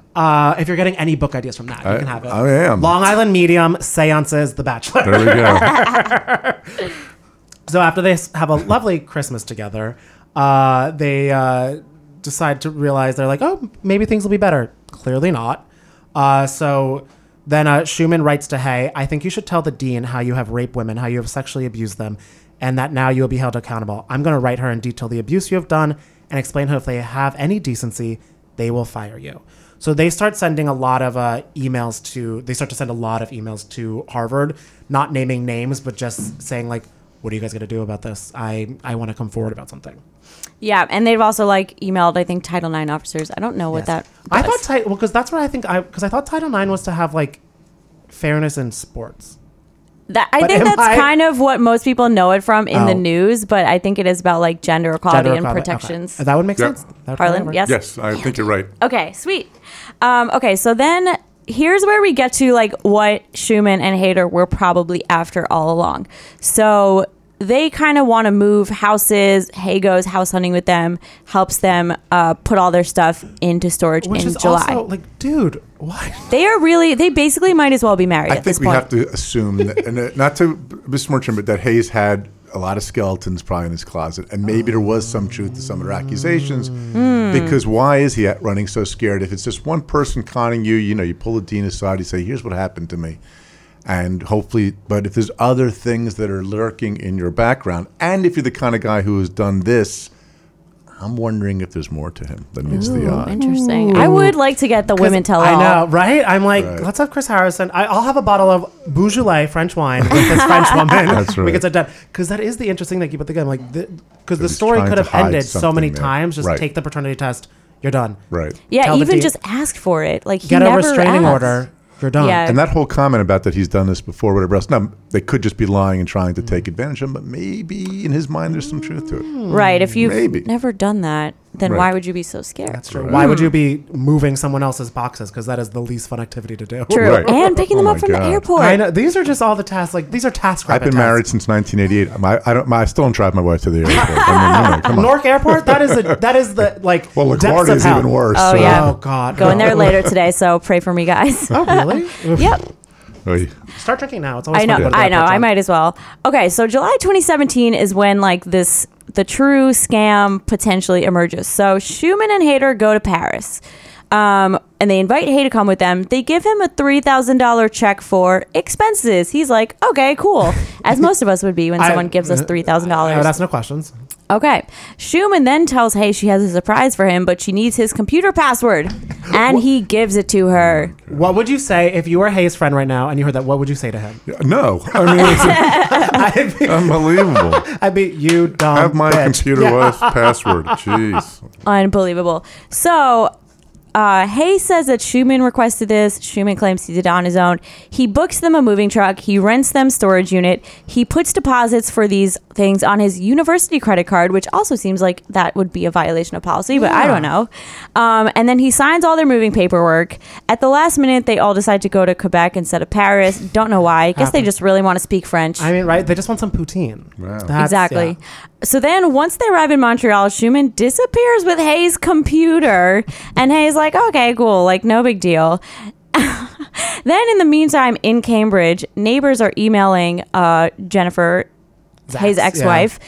Speaker 9: uh, if you're getting any book ideas from that,
Speaker 10: I-
Speaker 9: you can have it.
Speaker 10: I am.
Speaker 9: Long Island Medium Seances, The Bachelor.
Speaker 10: There we go.
Speaker 9: so after they s- have a lovely Christmas together, uh, they uh, decide to realize they're like, oh, maybe things will be better. Clearly not. Uh, so then uh, Schumann writes to Hay, I think you should tell the dean how you have raped women, how you have sexually abused them, and that now you will be held accountable. I'm going to write her and detail the abuse you have done and explain how if they have any decency, they will fire you. So they start sending a lot of uh, emails to, they start to send a lot of emails to Harvard, not naming names, but just saying, like, what are you guys going to do about this? I, I want to come forward about something.
Speaker 8: Yeah, and they've also like emailed I think Title IX officers. I don't know what that.
Speaker 9: I thought title well because that's what I think I because I thought Title IX was to have like fairness in sports.
Speaker 8: That I
Speaker 9: But
Speaker 8: think
Speaker 9: am
Speaker 8: that's
Speaker 9: I-
Speaker 8: kind of what most people know it from in the
Speaker 9: Oh.
Speaker 8: news, but I think it is about like gender equality
Speaker 9: Gender
Speaker 8: and
Speaker 9: equality, okay.
Speaker 8: protections.
Speaker 9: That would make
Speaker 10: Yeah.
Speaker 9: sense. That would
Speaker 8: Harlan,
Speaker 9: work.
Speaker 8: yes?
Speaker 10: yes, I think you're right.
Speaker 8: Okay, sweet. Um, okay, so then here's where we get to like what Schumann and Hader were probably after all along. So they kind of want to move houses. Hay goes house hunting with them, helps them uh, put all their stuff into storage
Speaker 9: Which
Speaker 8: in
Speaker 9: is
Speaker 8: July.
Speaker 9: also like, dude, why?
Speaker 8: they are really, they basically might as well be married
Speaker 10: I
Speaker 8: at this
Speaker 10: think we
Speaker 8: point.
Speaker 10: have to assume, that, and uh, not to besmirch him, but that Hayes had a lot of skeletons probably in his closet, and maybe there was some truth to some of their accusations.
Speaker 8: Hmm.
Speaker 10: Because why is he at- running so scared? If it's just one person conning you, you know, you pull the dean aside, you say, "Here's what happened to me," and hopefully, but if there's other things that are lurking in your background, and if you're the kind of guy who has done this. I'm wondering if there's more to him than meets the eye.
Speaker 8: Interesting. I would like to get the women tell all.
Speaker 9: I know, right? I'm like, let's have Chris Harrison. I, I'll have a bottle of Beaujolais French wine with this French woman.
Speaker 10: That's
Speaker 9: We
Speaker 10: right.
Speaker 9: get that done because that is the interesting thing. You put the game like because the
Speaker 10: he's
Speaker 9: story
Speaker 10: trying
Speaker 9: could
Speaker 10: to
Speaker 9: have
Speaker 10: hide
Speaker 9: ended so many
Speaker 10: something there.
Speaker 9: times. Just
Speaker 10: Right.
Speaker 9: take the paternity test. You're done.
Speaker 10: Right.
Speaker 8: Yeah,
Speaker 9: Tell the
Speaker 8: even
Speaker 9: dean-
Speaker 8: just ask for it. Like he
Speaker 9: get a
Speaker 8: never
Speaker 9: restraining
Speaker 8: asked.
Speaker 9: order. You're done.
Speaker 8: Yeah.
Speaker 10: And that whole comment about that he's done this before, whatever else. Now they could just be lying and trying to take advantage of him, but maybe in his mind there's some truth to it.
Speaker 8: Hmm. Right. If you've
Speaker 10: Maybe.
Speaker 8: never done that, then
Speaker 10: Right.
Speaker 8: why would you be so scared?
Speaker 9: That's true. Why would you be moving someone else's boxes? Because that is the least fun activity to do.
Speaker 8: True.
Speaker 10: Right.
Speaker 8: And picking them
Speaker 10: Oh
Speaker 8: up
Speaker 10: my
Speaker 8: from the
Speaker 10: God.
Speaker 8: airport.
Speaker 9: I know. These are just all the tasks. Like these are task.
Speaker 10: I've been married since 1988. My, I don't. My, I still don't drive my wife to the airport. I mean, you know, come on.
Speaker 9: Newark Airport. That is a, that is the like.
Speaker 10: Well,
Speaker 9: depths of
Speaker 10: LaGuardia is
Speaker 9: hell.
Speaker 10: even worse.
Speaker 8: Oh,
Speaker 10: so-
Speaker 8: yeah.
Speaker 9: Oh God.
Speaker 8: Going there later today, so pray for me, guys.
Speaker 9: Oh really?
Speaker 8: yep.
Speaker 10: Oy.
Speaker 9: Start drinking now. It's always.
Speaker 8: I know.
Speaker 9: Fun to go to the
Speaker 8: I know.
Speaker 9: airport,
Speaker 8: I
Speaker 9: John.
Speaker 8: might as well. Okay. So July 2017 is when like this the true scam potentially emerges. So Schumann and Hader go to Paris. Um, and they invite Hay to come with them. They give him a three thousand dollar check for expenses. He's like, "Okay, cool," as most of us would be when
Speaker 9: I-
Speaker 10: Uh,
Speaker 8: someone gives us three thousand
Speaker 9: I would
Speaker 8: dollars.
Speaker 9: ask no questions.
Speaker 8: Okay. Schumann then tells Hay she has a surprise for him, but she needs his computer password. And he gives it to her.
Speaker 10: What would you say if you were Hay's friend right now and you heard that? What would you say to him?
Speaker 9: No, I mean, Um, it's unbelievable.
Speaker 10: I beat you, dumb.
Speaker 9: Have my
Speaker 10: bitch.
Speaker 9: computer
Speaker 10: Um, Yeah.
Speaker 9: wife's password. Jeez.
Speaker 8: Unbelievable. So, uh, Hay says that Schumann requested this. Schumann claims he did it on his own. He books them a moving truck. He rents them storage unit. He puts deposits for these things on his university credit card, which also seems like that would be a violation of policy, but I
Speaker 13: Yeah.
Speaker 8: don't know. Um, and then he signs all their moving paperwork. At the last minute, they all decide to go to Quebec instead of Paris. Don't know why. I guess they
Speaker 10: Happens.
Speaker 8: just really want to speak French.
Speaker 10: I mean, right? They just want some poutine. That's-
Speaker 8: exactly.
Speaker 10: yeah.
Speaker 8: So then, once they arrive in Montreal, Schumann disappears with Hayes' computer, and Hayes like, "Okay, cool, like no big deal." then, in the meantime, in Cambridge, neighbors are emailing uh, Jennifer,
Speaker 10: That's-
Speaker 8: Hayes'
Speaker 10: yeah.
Speaker 8: ex-wife,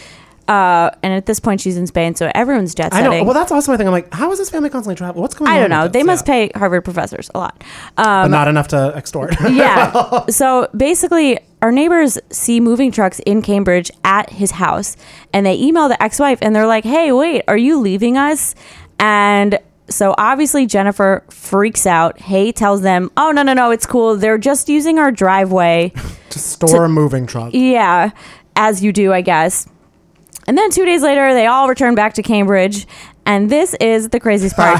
Speaker 8: uh, and at this point, she's in Spain, so everyone's jet
Speaker 10: I
Speaker 8: setting.
Speaker 10: know. Well, that's also my thing. I'm like, how is this family constantly traveling? What's going on?
Speaker 8: I don't
Speaker 10: with
Speaker 8: know.
Speaker 10: this?
Speaker 8: They
Speaker 10: Yeah.
Speaker 8: must pay Harvard professors a lot, um,
Speaker 10: but not enough to extort.
Speaker 8: yeah. So basically, our neighbors see moving trucks in Cambridge at his house, and they email the ex wife and they're like, hey, wait, are you leaving us? And so obviously, Jennifer freaks out. Hay tells them, oh, no, no, no, it's cool. They're just using our driveway.
Speaker 10: to store a moving truck.
Speaker 8: Yeah, as you do, I guess. And then two days later, they all return back to Cambridge. And this is the craziest part.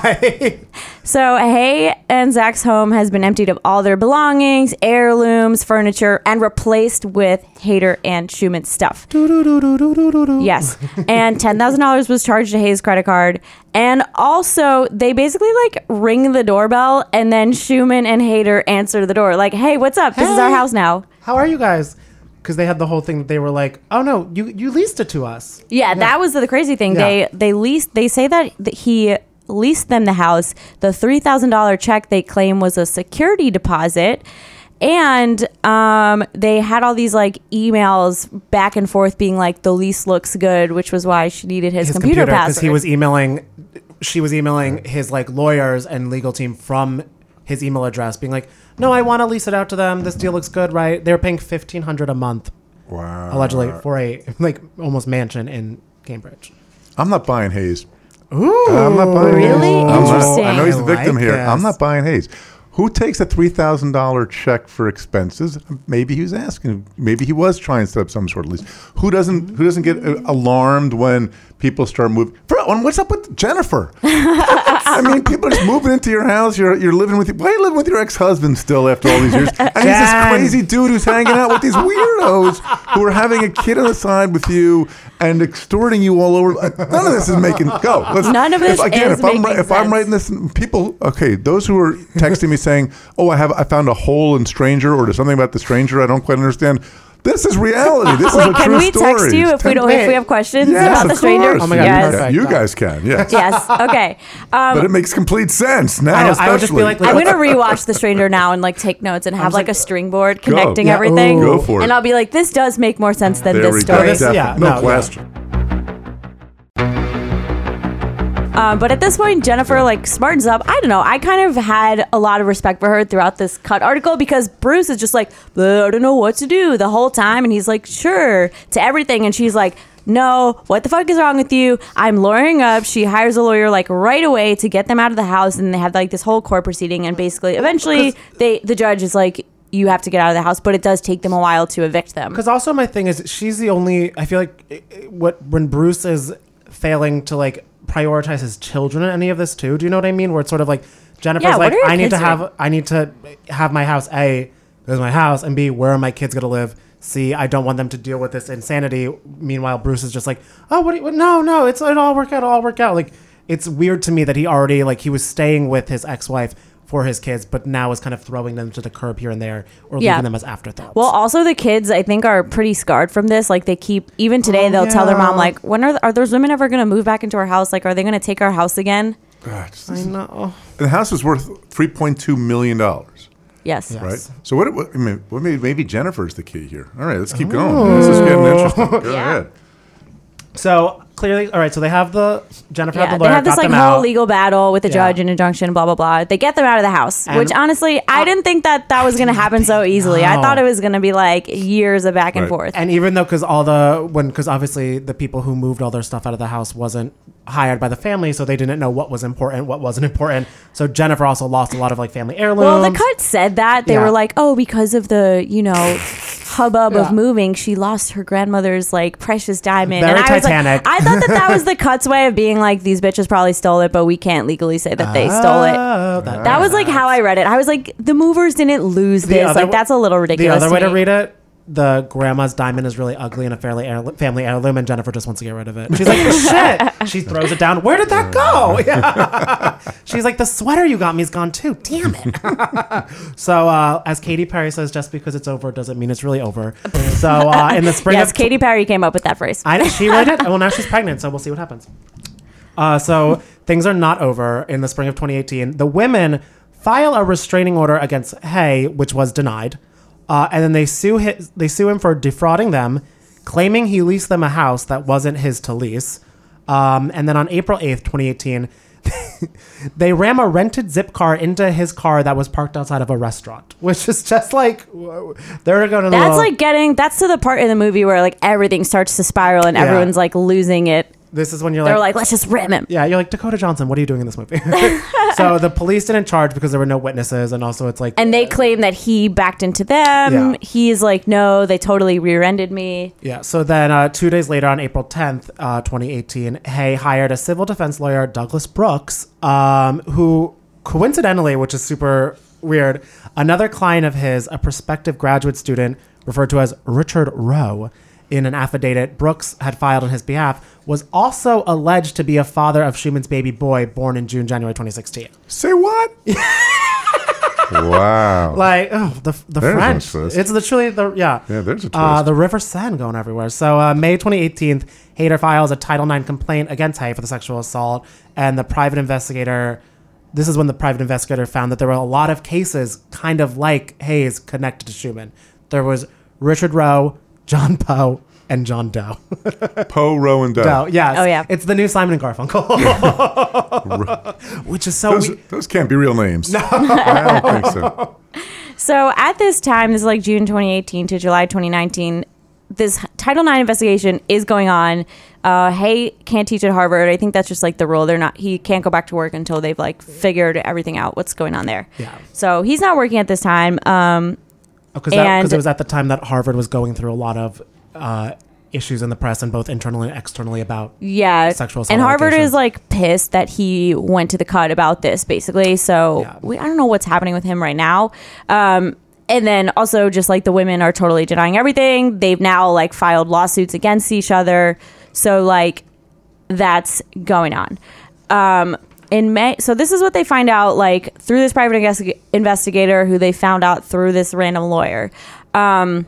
Speaker 8: so, Hay and Zach's home has been emptied of all their belongings, heirlooms, furniture, and replaced with Hader and Schumann's stuff. Yes. And $10,000 was charged to Hayes' credit card. And also, they basically like ring the doorbell, and then Schumann and Hader answer the door, like, hey, what's up? This is our
Speaker 10: Hey.
Speaker 8: house now.
Speaker 10: How are you guys? Because they had the whole thing that they were like, oh no, you you leased it to us.
Speaker 8: Yeah, that was the crazy thing.
Speaker 10: Yeah.
Speaker 8: They they leased. They say that, that he leased them the house. The three thousand dollar check they claim was a security deposit, and um, they had all these like emails back and forth being like the lease looks good, which was why she needed his,
Speaker 10: His
Speaker 8: computer,
Speaker 10: because
Speaker 8: password.
Speaker 10: he was emailing, she was emailing his like lawyers and legal team from his email address, being like, no, I want to lease it out to them. This deal looks good, right? They were paying fifteen hundred a month,
Speaker 9: Wow.
Speaker 10: allegedly for a like almost mansion in Cambridge.
Speaker 9: I'm not buying Hayes.
Speaker 10: Ooh,
Speaker 9: I'm not buying
Speaker 10: Really?
Speaker 9: Hayes. I'm not-
Speaker 10: Interesting.
Speaker 9: I know he's the
Speaker 10: I
Speaker 9: victim
Speaker 10: like
Speaker 9: here. I'm
Speaker 10: this.
Speaker 9: not buying Hayes. Who takes a three thousand dollar check for expenses? Maybe he was asking. Maybe he was trying to set up some sort of lease. Who doesn't? Who doesn't get uh, alarmed when people start moving? Bro, and what's up with Jennifer? I mean, people are just moving into your house. You're you're living with. Why are you living with your ex husband still after all these years? And he's this
Speaker 10: Jen.
Speaker 9: crazy dude who's hanging out with these weirdos who are having a kid on the side with you and extorting you all over. None of this is making go.
Speaker 8: None of
Speaker 9: if-
Speaker 8: this
Speaker 9: again,
Speaker 8: is
Speaker 9: if I'm ri-
Speaker 8: making
Speaker 9: if I'm writing this, people okay. Those who are texting me saying, "Oh, I have I found a hole in Stranger," or there's something about the Stranger I don't quite understand. This is reality. This
Speaker 8: Wait,
Speaker 9: is a
Speaker 8: can
Speaker 9: true
Speaker 8: we
Speaker 9: story.
Speaker 8: text you if we don't if we have questions
Speaker 9: Yes,
Speaker 8: about
Speaker 9: of
Speaker 8: the stranger?
Speaker 9: course.
Speaker 10: Oh my God,
Speaker 9: you,
Speaker 10: perfect.
Speaker 9: you guys can. Yes.
Speaker 8: Yes. Okay. Um,
Speaker 9: but it makes complete sense now.
Speaker 10: I know,
Speaker 9: especially.
Speaker 10: I would just be like,
Speaker 8: I'm gonna rewatch The Stranger now and like take notes and have like, a string board
Speaker 9: Go.
Speaker 8: connecting
Speaker 9: Yeah,
Speaker 8: everything.
Speaker 9: ooh. Go for it.
Speaker 8: And I'll be like, this does make more sense than
Speaker 9: there
Speaker 8: this
Speaker 9: we
Speaker 8: story.
Speaker 9: go. Definitely. no, question.
Speaker 8: Um, but at this point, Jennifer like smartens up. I don't know. I kind of had a lot of respect for her throughout this cut article because Bruce is just like, "Uh, I don't know what to do the whole time, and he's like, sure to everything, and she's like. No, what the fuck is wrong with you? I'm lawyering up. She hires a lawyer like right away to get them out of the house, and they have like this whole court proceeding. And basically, eventually, they the judge is like, "You have to get out of the house," but it does take them a while to evict them.
Speaker 10: Because also my thing is she's the only. I feel like i- i- what when Bruce is failing to like prioritize his children in any of this too. Do you know what I mean? Where it's sort of like Jennifer's
Speaker 8: what
Speaker 10: like,
Speaker 8: are your
Speaker 10: I need to
Speaker 8: kids
Speaker 10: have,
Speaker 8: doing?
Speaker 10: I need to have my house. A, there's my house, and B, where are my kids gonna live? C, I don't want them to deal with this insanity. Meanwhile, Bruce is just like, oh, what? do you- no, no, it's it all work out, it'll all work out. Like it's weird to me that he already like he was staying with his ex-wife for his kids, but now is kind of throwing them to the curb here and there, or
Speaker 8: Yeah.
Speaker 10: leaving them as afterthoughts.
Speaker 8: Well, also the kids, I think, are pretty scarred from this. Like they keep even today, they'll tell their mom,
Speaker 10: Oh, yeah.
Speaker 8: like, when are are those women ever going to move back into our house? Like, are they going to take our house again?
Speaker 10: I know.
Speaker 9: The house is worth three point two million dollars.
Speaker 8: Yes.
Speaker 9: Right. So what? what I mean, what maybe, maybe Jennifer's the key here. All right, let's keep going. This is getting
Speaker 10: Ooh.
Speaker 9: interesting. Go ahead.
Speaker 10: So clearly, all right. So they have the Jennifer.
Speaker 8: Yeah,
Speaker 10: had the
Speaker 8: they
Speaker 10: lawyer,
Speaker 8: have this
Speaker 10: got
Speaker 8: like
Speaker 10: them
Speaker 8: whole
Speaker 10: out.
Speaker 8: legal battle with a
Speaker 10: Yeah.
Speaker 8: judge and injunction, blah blah blah. They get them out of the house,
Speaker 10: And-
Speaker 8: which honestly, I didn't think that that was going to happen so easily. I
Speaker 10: No.
Speaker 8: thought it was going to be like years of back and forth.
Speaker 10: And even though, because all the when, because obviously the people who moved all their stuff out of the house wasn't hired by the family, so they didn't know what was important, what wasn't important. So Jennifer also lost a lot of like family heirlooms.
Speaker 8: Well, the cut said that they
Speaker 10: Yeah.
Speaker 8: were like, oh, because of the you know hubbub
Speaker 10: Yeah.
Speaker 8: of moving, she lost her grandmother's like precious diamond. and
Speaker 10: Very
Speaker 8: I
Speaker 10: Titanic.
Speaker 8: was like, I thought that that was the cut's way of being like, these bitches probably stole it, but we can't legally say that they stole
Speaker 10: Oh,
Speaker 8: it.
Speaker 10: that-
Speaker 8: That was like how I read it. I was like, the movers didn't lose
Speaker 10: The
Speaker 8: this.
Speaker 10: other
Speaker 8: like
Speaker 10: w-
Speaker 8: that's a little ridiculous.
Speaker 10: The other
Speaker 8: to
Speaker 10: way to
Speaker 8: me.
Speaker 10: read it, the grandma's diamond is really ugly and a fairly heirlo- family heirloom, and Jennifer just wants to get rid of it. She's like, shit. She throws it down. Where did that go? Yeah. She's like, the sweater you got me is gone too. Damn it. so, uh, as Katy Perry says, just because it's over doesn't mean it's really over. So, uh, in the spring
Speaker 8: yes,
Speaker 10: of
Speaker 8: Katy Perry came up with that phrase.
Speaker 10: I, she read it. Well, now she's pregnant, so we'll see what happens. Uh, so things are not over in the spring of 2018. The women file a restraining order against Hay, which was denied, uh, and then they sue his, they sue him for defrauding them, claiming he leased them a house that wasn't his to lease. Um, and then on April 8th, 2018, they ram a rented zip car into his car that was parked outside of a restaurant, which is just like whoa, they're going to
Speaker 8: That's like getting that's to the part in the movie where like everything starts to spiral and
Speaker 10: Yeah.
Speaker 8: everyone's like losing it.
Speaker 10: This is when you're
Speaker 8: They're
Speaker 10: like-
Speaker 8: like, let's just ram him.
Speaker 10: Yeah, you're like Dakota Johnson. What are you doing in this movie? so the police didn't charge because there were no witnesses, and also it's like,
Speaker 8: And they claim that he backed into them.
Speaker 10: Yeah.
Speaker 8: Um, He's like, no, they totally rear-ended me.
Speaker 10: yeah. So then uh, two days later, on April 10th, uh, 2018, Hay hired a civil defense lawyer, Douglas Brooks, um, who coincidentally, which is super weird, another client of his, a prospective graduate student referred to as Richard Rowe. In an affidavit Brooks had filed on his behalf, was also alleged to be a father of Schumann's baby boy born in June, January 2016.
Speaker 9: Say what? wow.
Speaker 10: like oh, the the
Speaker 9: There's a
Speaker 10: French.
Speaker 9: twist.
Speaker 10: It's literally the yeah.
Speaker 9: Yeah, there's a
Speaker 10: Uh,
Speaker 9: twist.
Speaker 10: the River Seine going everywhere. So uh, May 2018, Hayter files a Title IX complaint against Hay for the sexual assault, and the private investigator. This is when the private investigator found that there were a lot of cases, kind of like Hayes, connected to Schumann. There was Richard Rowe, John Poe, and John Doe.
Speaker 9: Poe, Rowe, and Doe.
Speaker 10: Doe, yes. Oh yeah. It's the new Simon and Garfunkel, which is so.
Speaker 9: those,
Speaker 10: we-
Speaker 9: those can't be real names. No. I don't think so.
Speaker 8: So at this time, this is like June 2018 to July 2019. This Title IX investigation is going on. Uh, Hay can't teach at Harvard. I think that's just like the rule. They're not. He can't go back to work until they've like figured everything out. What's going on there?
Speaker 10: Yeah. Oh,
Speaker 8: So he's not working at this time. Um,
Speaker 10: because
Speaker 8: and
Speaker 10: it was at the time that Harvard was going through a lot of uh, issues in the press and both internally and externally about
Speaker 8: yeah,
Speaker 10: sexual assault
Speaker 8: and Harvard
Speaker 10: allegations.
Speaker 8: is like pissed that he went to the cut about this basically. So we, I don't know what's happening with him right now. Um, and then also just like the women are totally denying everything. They've now like filed lawsuits against each other. So like that's going on. Um, in May, so this is what they find out like through this private investi- investigator who they found out through this random lawyer. Um,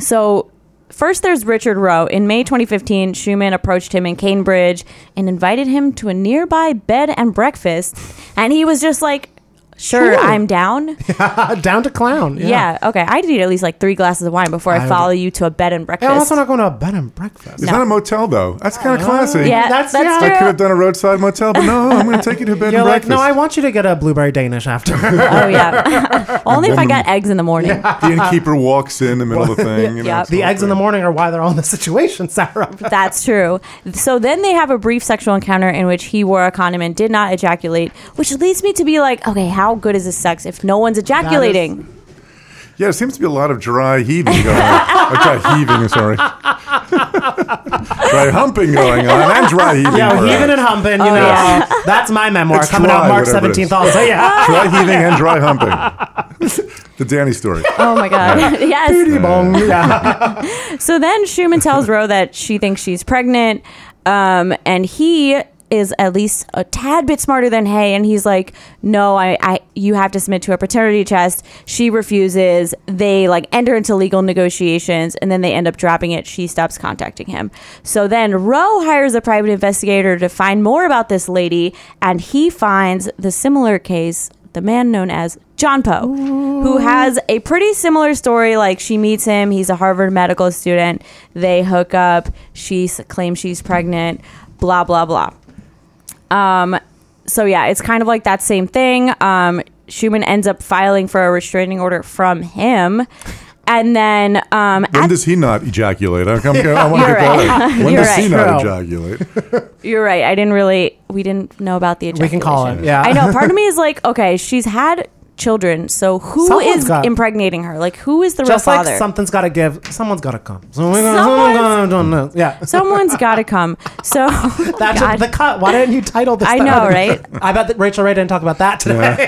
Speaker 8: so first there's Richard Rowe. In May 2015, Schumann approached him in Cambridge and invited him to a nearby bed and breakfast, and he was just like, "Sure,
Speaker 10: Sure.
Speaker 8: I'm down."
Speaker 10: down to clown. Yeah.
Speaker 8: Yeah. Oh, okay. I need at least like three glasses of wine before I,
Speaker 10: I-
Speaker 8: follow you to a bed and
Speaker 10: Hey,
Speaker 8: breakfast.
Speaker 10: I'm also not going to a bed and breakfast.
Speaker 9: It's not a motel, though. That's kind of classy.
Speaker 8: Yeah, Oh. That's- that's
Speaker 9: I
Speaker 8: true.
Speaker 9: could have done a roadside motel, but no, I'm going to take you to bed
Speaker 10: You're
Speaker 9: and
Speaker 10: like,
Speaker 9: breakfast.
Speaker 10: no, I want you to get a blueberry Danish after.
Speaker 8: oh yeah. Only if I got eggs in the morning.
Speaker 9: the innkeeper walks in the middle of the thing. You know, it's
Speaker 10: the
Speaker 9: all
Speaker 10: eggs in the morning are why they're all in the situation, Sarah.
Speaker 8: That's true. So then they have a brief sexual encounter in which he wore a condom and did not ejaculate, which leads me to be like, okay, how good is this sex if no one's ejaculating?
Speaker 9: Yeah, it seems to be a lot of dry heaving going on. or dry heaving, sorry. dry humping going on and dry heaving.
Speaker 10: Yeah,
Speaker 9: all right.
Speaker 10: heaving and humping, you know.
Speaker 9: Oh, yeah.
Speaker 10: That's my memoir
Speaker 9: It's
Speaker 10: coming
Speaker 9: dry,
Speaker 10: out March
Speaker 9: whatever it is.
Speaker 10: 17th also. Yeah.
Speaker 9: Dry heaving and dry humping. the Danny story.
Speaker 8: Oh my god. yes.
Speaker 10: Bong, yeah.
Speaker 8: So then Schumann tells Roe that she thinks she's pregnant, um, and he is at least a tad bit smarter than Hay, and he's like, "No, I, I, you have to submit to a paternity test." She refuses. They like enter into legal negotiations, and then they end up dropping it. She stops contacting him. So then Roe hires a private investigator to find more about this lady, and he finds the similar case the man known as John Poe, who has a pretty similar story. Like she meets him, he's a Harvard medical student. They hook up. She s- claims she's pregnant. Blah blah blah. Um, so yeah, it's kind of like that same thing. Um, Schumann ends up filing for a restraining order from him, and then um,
Speaker 9: When does he not ejaculate? I, come, I want to
Speaker 8: You're
Speaker 9: get that.
Speaker 8: right.
Speaker 9: out. When
Speaker 8: You're
Speaker 9: does he
Speaker 8: right.
Speaker 9: not
Speaker 8: True.
Speaker 9: ejaculate?
Speaker 8: You're right. I didn't really. We didn't know about the ejaculation.
Speaker 9: We can call it, yeah.
Speaker 8: I know. Part of me is like, okay, she's had children, so who is
Speaker 10: Someone's got-
Speaker 8: impregnating her? Like, who is the
Speaker 10: Just
Speaker 8: real
Speaker 10: like
Speaker 8: father?
Speaker 10: something's got to give, someone's got to come. So we
Speaker 8: Someone's-
Speaker 10: don't, don't know. Yeah.
Speaker 8: Someone's got to come. So
Speaker 10: That's
Speaker 8: God.
Speaker 10: the cut. Why didn't you title this?
Speaker 8: I
Speaker 10: that?
Speaker 8: know, right?
Speaker 10: I bet that Rachel Ray didn't talk about that today.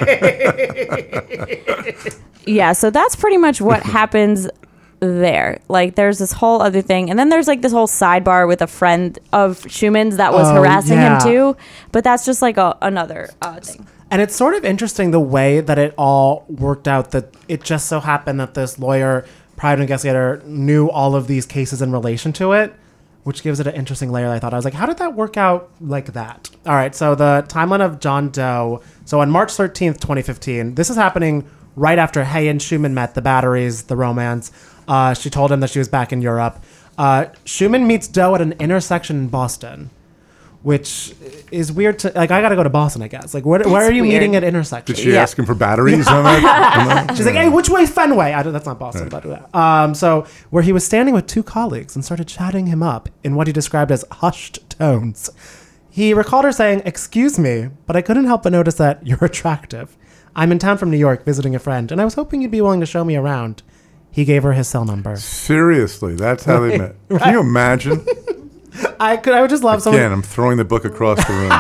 Speaker 8: yeah, so that's pretty much what happens there. Like, there's this whole other thing, and then there's like this whole sidebar with a friend of Schumann's that was
Speaker 10: Oh,
Speaker 8: harassing
Speaker 10: yeah.
Speaker 8: him too. But that's just like a, another uh, thing.
Speaker 10: and it's sort of interesting the way that it all worked out. That it just so happened that this lawyer, private investigator, knew all of these cases in relation to it, which gives it an interesting layer. I thought I was like, how did that work out like that? All right, so the timeline of John Doe. So on March thirteenth, twenty fifteen, this is happening right after Hay and Schumann met the batteries, the romance. Uh, she told him that she was back in Europe. Uh, Schumann meets Doe at an intersection in Boston which is weird to like i gotta go to boston i guess like where,
Speaker 9: That's
Speaker 10: where are you
Speaker 9: weird.
Speaker 10: meeting at intersection
Speaker 9: Did she ask him for batteries? I'm like- I'm like,
Speaker 10: she's like hey which way's fenway I don't, that's not boston but um, so where he was standing with two colleagues and started chatting him up in what he described as hushed tones he recalled her saying excuse me but i couldn't help but notice that you're attractive i'm in town from new york visiting a friend and i was hoping you'd be willing to show me around he gave her his cell number
Speaker 9: seriously, that's how they met.
Speaker 10: Right.
Speaker 9: Can you imagine?
Speaker 10: i could i would just love someone
Speaker 9: Again, I'm throwing the book across the room.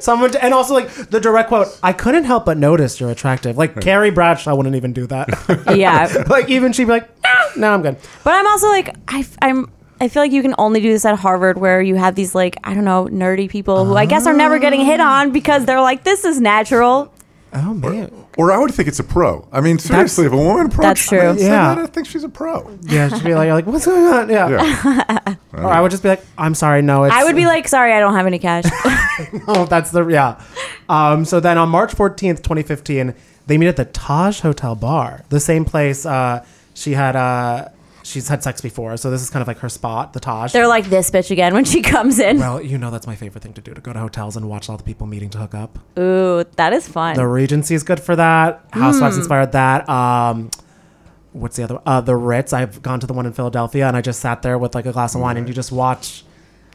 Speaker 10: Someone and also like the direct quote. I couldn't help but notice you're attractive. Like Carrie Bradshaw wouldn't even do that.
Speaker 8: Yeah.
Speaker 10: like even she'd be like, no, no, I'm good.
Speaker 8: But I'm also like I, am I feel like you can only do this at Harvard where you have these like I don't know nerdy people who I guess are never getting hit on because they're like this is natural.
Speaker 10: Oh man.
Speaker 9: Or I would think it's a pro. I mean, seriously, if a woman approached
Speaker 8: That's
Speaker 9: me and
Speaker 8: true.
Speaker 9: said
Speaker 10: Yeah.
Speaker 9: that, I think she's a pro.
Speaker 10: Yeah, she'd be like, you're like, what's going on? Yeah. Or I would just be like, I'm sorry, no. It's,
Speaker 8: I would be like sorry I don't have any cash.
Speaker 10: no, that's the yeah. Um, so then on March 14th, 2015, they meet at the Taj Hotel bar, the same place uh, she had uh, she's had sex before. So this is kind of like her spot, the Taj.
Speaker 8: they're like this bitch again when she comes in.
Speaker 10: well, you know that's my favorite thing to do to go to hotels and watch all the people meeting to hook up.
Speaker 8: Ooh, that is fun.
Speaker 10: The Regency is good for that. Housewives
Speaker 8: Mm.
Speaker 10: inspired that. Um, what's the other? Uh, the Ritz. I've gone to the one in Philadelphia, and I just sat there with like a glass of wine, and you just watch.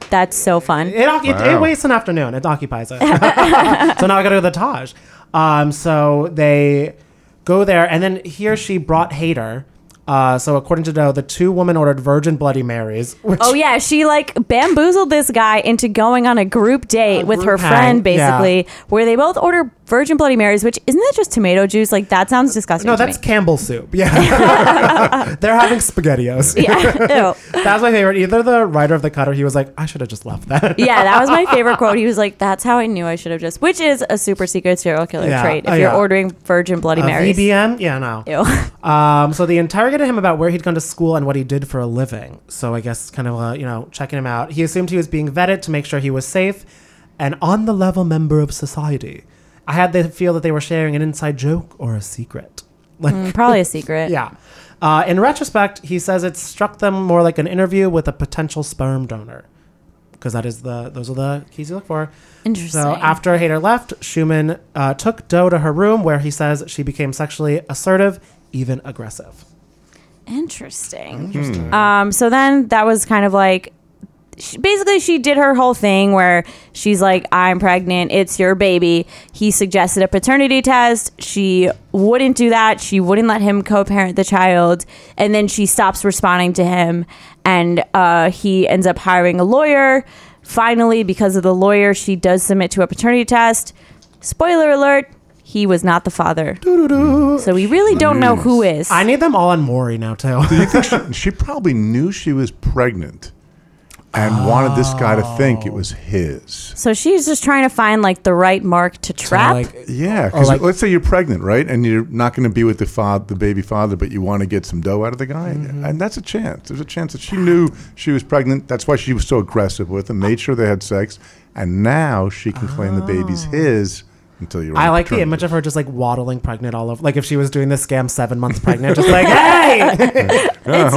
Speaker 8: That's so fun.
Speaker 10: It, oc- it, it
Speaker 8: Wow.
Speaker 10: wastes an afternoon. It occupies it. so now I got to go to the Taj. Um, so they go there, and then he or she brought Hater. Uh, so according to Doe, the two women ordered Virgin Bloody Marys. Which
Speaker 8: oh yeah, she like bamboozled this guy into going on a group date with her
Speaker 10: group hang,
Speaker 8: friend
Speaker 10: yeah.
Speaker 8: basically where they both order virgin bloody marys which isn't that just tomato juice like that sounds disgusting.
Speaker 10: no,
Speaker 8: to
Speaker 10: that's
Speaker 8: me.
Speaker 10: Campbell soup. Yeah, they're having spaghettios.
Speaker 8: Yeah,
Speaker 10: that's my favorite. Either the writer of the cut, or he was like, I should have just left that.
Speaker 8: yeah, that was my favorite quote. He was like, "That's how I knew I should have just," which is a super secret serial killer
Speaker 10: Yeah.
Speaker 8: trait. If
Speaker 10: Oh,
Speaker 8: you're
Speaker 10: yeah.
Speaker 8: ordering Virgin Bloody
Speaker 10: Uh,
Speaker 8: Marys,
Speaker 10: VBM? Yeah, no. Ew. Um, so they interrogated him about where he'd gone to school and what he did for a living. So I guess kind of, uh, you know, checking him out. He assumed he was being vetted to make sure he was safe and on the level member of society. I had the feel that they were sharing an inside joke or a secret. Like,
Speaker 8: Mm, probably a secret.
Speaker 10: yeah. Uh, in retrospect, he says it struck them more like an interview with a potential sperm donor, because that is the those are the keys you look for.
Speaker 8: Interesting.
Speaker 10: So after Hader left, Schumann uh, took Doe to her room, where he says she became sexually assertive, even aggressive.
Speaker 8: Interesting. Um, so then that was kind of like, she, basically, she did her whole thing where she's like, "I'm pregnant. It's your baby." He suggested a paternity test. She wouldn't do that. She wouldn't let him co-parent the child, and then she stops responding to him, and uh, he ends up hiring a lawyer. Finally, because of the lawyer, she does submit to a paternity test. Spoiler alert: he was not the father. So we really don't know who is.
Speaker 10: I need them all on Maury now too.
Speaker 9: Do you think she, she probably knew she was pregnant and wanted this guy to
Speaker 10: Oh.
Speaker 9: think it was his?
Speaker 8: So she's just trying to find like the right mark to trap.
Speaker 9: Yeah,
Speaker 10: Oh,
Speaker 8: Or
Speaker 9: because
Speaker 8: like-
Speaker 9: let's say you're pregnant, right, and you're not going to be with the father, the baby father, but you want to get some dough out of the guy,
Speaker 10: Mm-hmm.
Speaker 9: and that's a chance. There's a chance that she knew she was pregnant. That's why she was so aggressive with him. Made sure they had sex, and now she can claim the baby's his until you're.
Speaker 10: Oh. I
Speaker 9: on
Speaker 10: like the
Speaker 9: paternity
Speaker 10: image of her just like waddling pregnant all over, like if she was doing this scam seven months pregnant, just like hey,
Speaker 9: Yeah, I'm fine.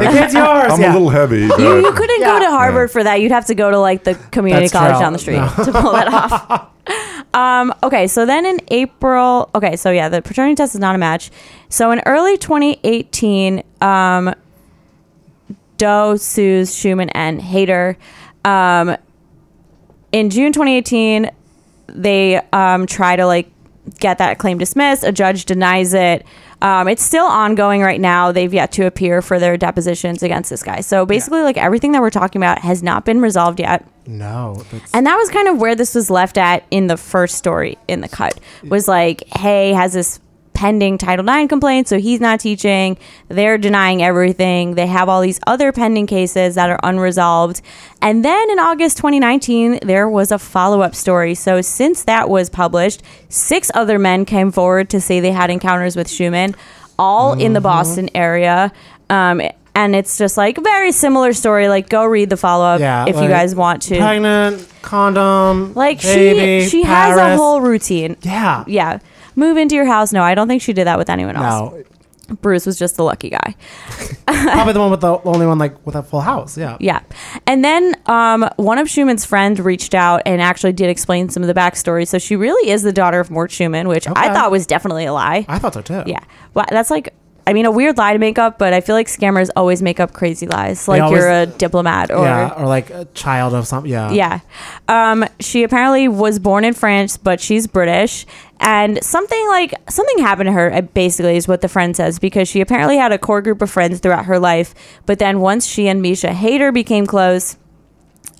Speaker 10: The kid's yours.
Speaker 9: I'm
Speaker 10: yeah.
Speaker 9: a little heavy. but-
Speaker 8: You, you couldn't go to Harvard for that. You'd have to go to like the community
Speaker 9: That's
Speaker 8: college
Speaker 9: true.
Speaker 8: down the street
Speaker 9: No.
Speaker 8: to pull that off. Um, okay, so then in April, okay, so yeah, the paternity test is not a match. So in early 2018, um, Doe sues Schumann and Hayter. Um, in June 2018, they um, try to like get that claim dismissed. A judge denies it. Um, it's still ongoing right now. They've yet to appear for their depositions against this guy. So basically, like everything that we're talking about has not been resolved yet.
Speaker 10: No, that's-
Speaker 8: And that was kind of where this was left at in the first story in the cut was like, hey, has this pending Title IX complaint, so he's not teaching. They're denying everything. They have all these other pending cases that are unresolved. And then in August 2019, there was a follow up story. So since that was published, six other men came forward to say they had encounters with Schumann, all in
Speaker 10: Mm-hmm.
Speaker 8: the Boston area. Um, and it's just like very similar story. Like, go read the follow up
Speaker 10: Yeah,
Speaker 8: if you
Speaker 10: like,
Speaker 8: guys want to
Speaker 10: pregnant condom.
Speaker 8: like
Speaker 10: baby,
Speaker 8: she she has a
Speaker 10: Paris.
Speaker 8: whole routine.
Speaker 10: Yeah.
Speaker 8: Yeah. Move into your house. No, I don't think she did that with anyone else. Bruce was just the lucky guy.
Speaker 10: probably the one with the only one like with a full house. Yeah.
Speaker 8: Yeah. And then um, one of Schumann's friends reached out and actually did explain some of the backstory. So she really is the daughter of Mort Schumann, which I
Speaker 10: Okay.
Speaker 8: thought was definitely a lie.
Speaker 10: I thought so too.
Speaker 8: Yeah. Well, that's like, I mean, a weird lie to make up, but I feel like scammers always make up crazy lies.
Speaker 10: They
Speaker 8: Like
Speaker 10: always-
Speaker 8: you're a diplomat or.
Speaker 10: yeah, or like a child of something. Yeah.
Speaker 8: Yeah. Um, she apparently was born in France, but she's British. And something like something happened to her, uh, basically, is what the friend says, because she apparently had a core group of friends throughout her life. But then once she and Misha Hayter became close,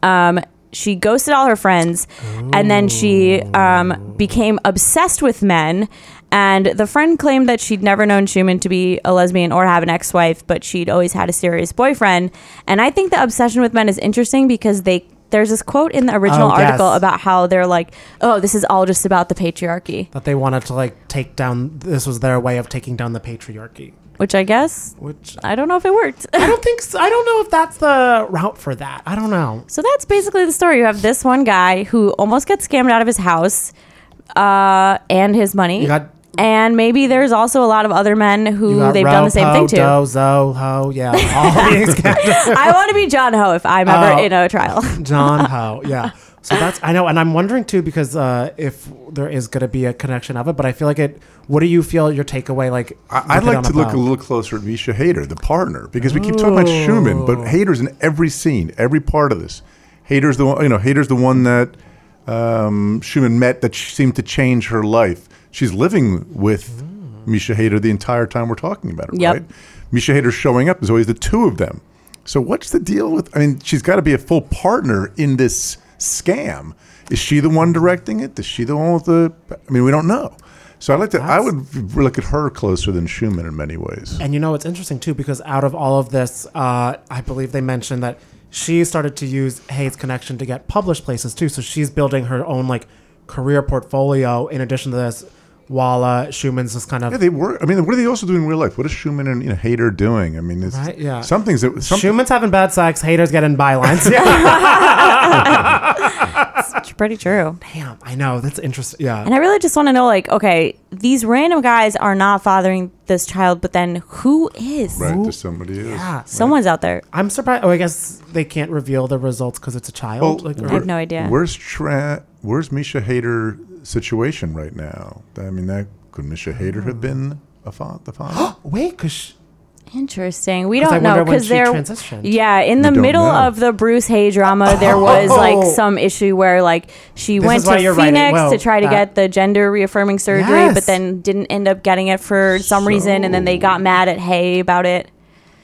Speaker 8: um, she ghosted all her friends and then she um, became obsessed with men. And the friend claimed that she'd never known Schumann to be a lesbian or have an ex wife, but she'd always had a serious boyfriend. And I think the obsession with men is interesting because they. There's this quote in the original
Speaker 10: Oh, yes.
Speaker 8: article about how they're like, oh, this is all just about the patriarchy,
Speaker 10: That they wanted to like take down. This was their way of taking down the patriarchy.
Speaker 8: which I guess,
Speaker 10: which
Speaker 8: I don't know if it worked.
Speaker 10: I don't think. So. I don't know if that's the route for that. I don't know.
Speaker 8: So that's basically the story. You have this one guy who almost gets scammed out of his house uh, and his money.
Speaker 10: You got-
Speaker 8: and maybe there's also a lot of other men
Speaker 10: You
Speaker 8: who
Speaker 10: got
Speaker 8: they've done the same
Speaker 10: Ro,
Speaker 8: thing
Speaker 10: Po,
Speaker 8: to.
Speaker 10: Do, zo, ho, yeah. All these
Speaker 8: I want to be John Ho if I'm ever
Speaker 10: Oh.
Speaker 8: in a trial.
Speaker 10: John Ho. Yeah. So that's I know, and I'm wondering too because uh, if there is going to be a connection of it, but I feel like it. What do you feel your takeaway like?
Speaker 9: I-
Speaker 10: with
Speaker 9: I'd
Speaker 10: it
Speaker 9: like
Speaker 10: on
Speaker 9: to look a
Speaker 10: bow?
Speaker 9: little closer at Misha Hayter, the partner, because we keep talking about Schumann, but Hayter's in every scene, every part of this. Hayter's the one, you know, Hayter's the one that um, Schumann met that sh- seemed to change her life. She's living with Misha Hayter the entire time we're talking about it,
Speaker 8: Yep.
Speaker 9: right? Misha Hayter showing up. There's always the two of them. So what's the deal with? I mean, she's got to be a full partner in this scam. Is she the one directing it? Is she the one with the? I mean, we don't know. So I like to. I would look at her closer than Schumann in many ways.
Speaker 10: And you know, it's interesting too because out of all of this, uh, I believe they mentioned that she started to use Hayes' connection to get published places too. So she's building her own like career portfolio in addition to this. Walla Schumann's just kind of
Speaker 9: Yeah, they were. I mean, what are they also doing in real life? What is Schumann and you know, Hader doing? I mean, it's,
Speaker 10: Right, yeah.
Speaker 9: something's that some,
Speaker 10: Schumann's having bad sex, haters getting bylines.
Speaker 8: it's pretty true.
Speaker 10: Damn, I know that's interesting. Yeah,
Speaker 8: And I really just want to know, like, okay, these random guys are not fathering this child, but then who is?
Speaker 9: right to somebody else.
Speaker 10: Yeah.
Speaker 8: Someone's out there.
Speaker 10: I'm surprised. Oh, I guess they can't reveal the results because it's a
Speaker 11: Oh,
Speaker 10: child. like,
Speaker 8: I have no idea.
Speaker 9: Where's Tra- Where's Misha Hader situation right now? I mean, that could Misha Hader have been a fa- the father?
Speaker 10: Hmm. Wait, because
Speaker 8: Interesting. We
Speaker 9: 'Cause I
Speaker 8: don't know
Speaker 9: wonder when
Speaker 8: because
Speaker 9: she
Speaker 8: there.
Speaker 9: transitioned.
Speaker 8: Yeah, in the
Speaker 9: We don't
Speaker 8: middle
Speaker 9: know. Oh.
Speaker 8: of the Bruce Hay drama, there was like some issue where like she
Speaker 10: This
Speaker 8: went
Speaker 10: is why
Speaker 8: to
Speaker 10: you're
Speaker 8: Phoenix
Speaker 10: writing well,
Speaker 8: to try to get
Speaker 10: that-
Speaker 8: the gender reaffirming surgery, but
Speaker 10: Yes.
Speaker 8: then didn't end up getting it for some reason, and then they got mad at Hay about it.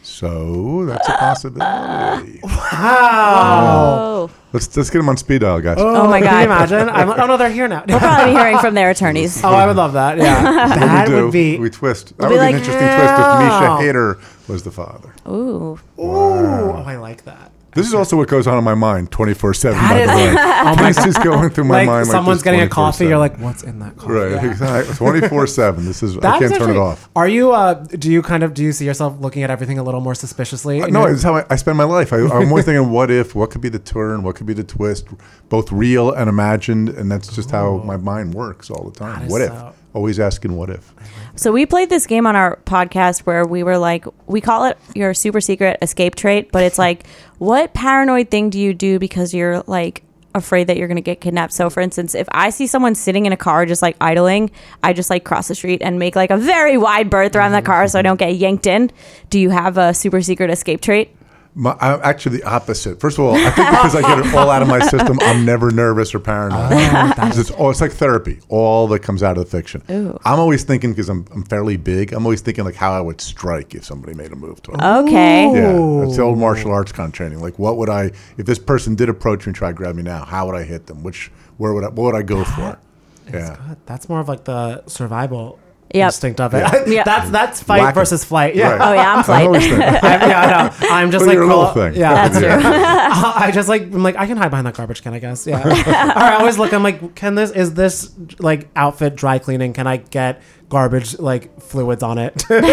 Speaker 9: So that's a possibility.
Speaker 8: wow.
Speaker 9: Let's let's get him on speed dial, guys.
Speaker 8: Oh my
Speaker 10: Can
Speaker 8: God.
Speaker 10: you imagine? I'm like, oh no, they're here now.
Speaker 8: We'll probably be hearing from their attorneys.
Speaker 10: oh, I would love that.
Speaker 9: What
Speaker 10: Yeah,
Speaker 9: we
Speaker 10: that
Speaker 9: do,
Speaker 10: would be.
Speaker 9: we twist. That
Speaker 10: We'll
Speaker 9: would be
Speaker 10: be like,
Speaker 9: an interesting twist if Misha
Speaker 10: "Wow."
Speaker 9: Hader was the father.
Speaker 8: Ooh.
Speaker 10: Ooh, oh, I like that.
Speaker 9: This is also what goes on in my mind 24 7.
Speaker 10: That
Speaker 9: By the
Speaker 10: is-
Speaker 9: way.
Speaker 10: Oh my
Speaker 9: This is
Speaker 10: God.
Speaker 9: going through my
Speaker 10: Like,
Speaker 9: mind.
Speaker 10: someone's
Speaker 9: this
Speaker 10: getting a coffee, you're
Speaker 9: 24/7.
Speaker 10: like, "What's in that coffee?"
Speaker 9: Right,
Speaker 10: Yeah.
Speaker 9: exactly. 24 7. This is, I
Speaker 10: That's
Speaker 9: can't turn
Speaker 10: actually-
Speaker 9: it off.
Speaker 10: Are you? Uh, do you kind of do you see yourself looking at everything a little more suspiciously?
Speaker 9: Uh,
Speaker 10: in
Speaker 9: No,
Speaker 10: your-
Speaker 9: it's how I, I spend my life. I, I'm always thinking, what if, what could be the turn, what could be the twist, both real and imagined. And that's just
Speaker 10: Oh.
Speaker 9: how my mind works all the time.
Speaker 8: is
Speaker 9: What if?
Speaker 8: so-
Speaker 9: Always asking, what if?
Speaker 8: So we played this game on our podcast where we were like, we call it your super secret escape trait, but it's like, what paranoid thing do you do because you're like afraid that you're going to get kidnapped? So for instance, if I see someone sitting in a car just like idling, I just like cross the street and make like a very wide berth around that car so I don't get yanked in. Do you have a super secret escape trait?
Speaker 9: My, I'm Uh, actually the opposite. First of all, I think because I get it all out of my system, I'm never nervous or paranoid. it's, all, it's like therapy, all that comes out of the fiction.
Speaker 8: Ooh.
Speaker 9: I'm always thinking, because I'm, I'm fairly big, I'm always thinking like how I would strike if somebody made a move to me.
Speaker 8: Okay.
Speaker 9: Yeah, it's the old martial arts kind of training. Like, what would I, if this person did approach me and try to grab me now, how would I hit them? Which, where would I, what would I go for? Yeah.
Speaker 10: That's more of like the survival
Speaker 8: Yep.
Speaker 10: instinct of it.
Speaker 9: Yeah.
Speaker 8: Yep.
Speaker 10: that's that's fight
Speaker 9: Whack 'em.
Speaker 10: versus flight. Yeah.
Speaker 9: Right. Oh, yeah, I'm
Speaker 8: flight. I always
Speaker 10: I'm,
Speaker 8: think.
Speaker 10: yeah, I know. I'm just
Speaker 9: Well,
Speaker 10: like
Speaker 9: you're a little
Speaker 10: crawl-
Speaker 9: thing.
Speaker 10: Yeah,
Speaker 9: That's Yeah. true.
Speaker 10: I just like I'm like I can hide behind that garbage can. I guess. Yeah. All right. I always look. I'm like, can this is this like outfit dry cleaning? Can I get garbage like fluids on it?
Speaker 9: Well,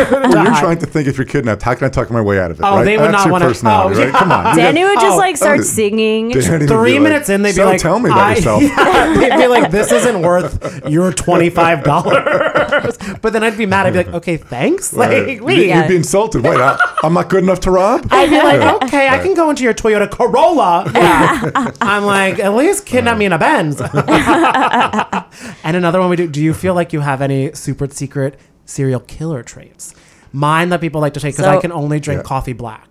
Speaker 9: you're trying to think if you're kidnapped, how can I talk my way out of it?
Speaker 10: Oh,
Speaker 9: right?
Speaker 10: they would
Speaker 9: That's
Speaker 10: not
Speaker 9: your
Speaker 10: wanna-
Speaker 9: personality,
Speaker 10: oh,
Speaker 9: right? Come on. You
Speaker 8: Danny
Speaker 9: got-
Speaker 8: would just
Speaker 9: Oh,
Speaker 8: like start
Speaker 9: oh,
Speaker 8: singing.
Speaker 9: Danny would
Speaker 10: Three
Speaker 9: be like,
Speaker 10: minutes in, they'd be
Speaker 9: "So
Speaker 10: like,
Speaker 9: tell me about
Speaker 10: I-
Speaker 9: yourself.
Speaker 10: Yeah, they'd be like, this isn't worth your twenty five dollars. But then I'd be mad. I'd be like, okay, thanks.
Speaker 9: Right.
Speaker 10: Like,
Speaker 9: You'd-
Speaker 10: wait,
Speaker 9: you'd be insulted. Wait, I, I'm not good enough to rob.
Speaker 10: I'd be
Speaker 9: Yeah.
Speaker 10: like, okay, I can go into your Toyota Corolla. Yeah. I'm like, at least kidnap me in a Benz. and another one we do. Do you feel like you have any super secret serial killer traits? Mine that people like to take because I
Speaker 8: So-
Speaker 10: can only drink coffee black.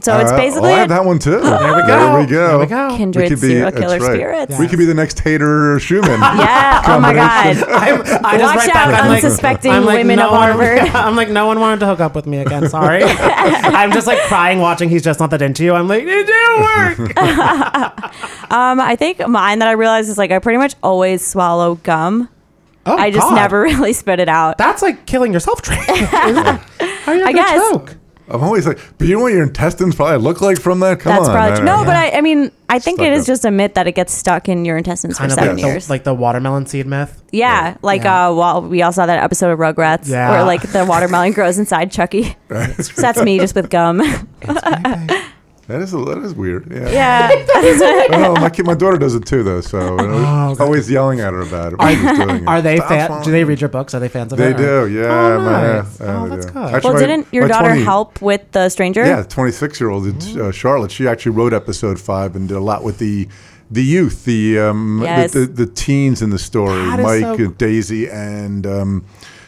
Speaker 8: So it's
Speaker 9: All right.
Speaker 8: basically
Speaker 9: Oh, I have that one too. There
Speaker 10: we
Speaker 9: There
Speaker 10: go.
Speaker 9: we go.
Speaker 10: There we go.
Speaker 8: Kindred
Speaker 9: could be-
Speaker 8: serial
Speaker 9: that's
Speaker 8: killer
Speaker 9: right.
Speaker 8: spirits.
Speaker 9: We could be the next hater Schumann.
Speaker 8: Yeah, oh my God.
Speaker 9: combination.
Speaker 10: I'm, I just
Speaker 8: Watch
Speaker 10: write
Speaker 8: out,
Speaker 10: back, I'm like-
Speaker 8: unsuspecting
Speaker 10: I'm like,
Speaker 8: women
Speaker 10: no
Speaker 8: of
Speaker 10: one-
Speaker 8: Harvard.
Speaker 10: I'm like, no one wanted to hook up with me again. Sorry. I'm just like crying watching. He's just not that into you. I'm like, it didn't work.
Speaker 8: Um, I think mine that I realized is like I pretty much always swallow gum.
Speaker 10: Oh,
Speaker 8: I just
Speaker 10: God.
Speaker 8: never really spit it out.
Speaker 10: That's like killing yourself. Trey. How are you
Speaker 8: I
Speaker 10: gonna
Speaker 8: guess.
Speaker 10: choke?
Speaker 9: I'm always like, but you know what your intestines probably look like from that? Come
Speaker 8: That's
Speaker 9: on.
Speaker 8: probably
Speaker 9: man.
Speaker 8: no, but I, I mean, I think
Speaker 9: Stuck
Speaker 8: it is
Speaker 9: up.
Speaker 8: just a myth that it gets stuck in your intestines for
Speaker 10: Kind of
Speaker 8: seven
Speaker 10: like
Speaker 8: years.
Speaker 10: the, like the watermelon seed myth.
Speaker 8: yeah, like uh, while we all saw that episode of Rugrats
Speaker 10: Yeah.
Speaker 8: where like the watermelon grows inside Chucky. so that's me just with gum.
Speaker 9: That is, that is weird. Yeah.
Speaker 8: yeah.
Speaker 9: oh, my, kid, my daughter does it too, though. So you know, always yelling at her about it. when she's doing it.
Speaker 10: Oh, Are they
Speaker 9: Stop
Speaker 10: fan?
Speaker 9: swallowing.
Speaker 10: Do they read your books? Are they fans of
Speaker 9: They
Speaker 10: it?
Speaker 9: do,
Speaker 10: or-
Speaker 9: yeah.
Speaker 10: Oh,
Speaker 9: my-
Speaker 10: nice.
Speaker 9: yeah,
Speaker 10: Oh,
Speaker 9: they
Speaker 10: that's
Speaker 9: do.
Speaker 10: good.
Speaker 9: Actually,
Speaker 8: well,
Speaker 9: my-
Speaker 8: didn't your
Speaker 9: my
Speaker 8: daughter
Speaker 9: 20
Speaker 8: help with the stranger?
Speaker 9: Yeah, 26 year old in
Speaker 10: Mm-hmm.
Speaker 9: uh, Charlotte. She actually wrote episode five and did a lot with the the youth, the um,
Speaker 8: Yes.
Speaker 9: the, the, the teens in the story,
Speaker 10: That is
Speaker 9: Mike,
Speaker 10: so-
Speaker 9: and Daisy, and um,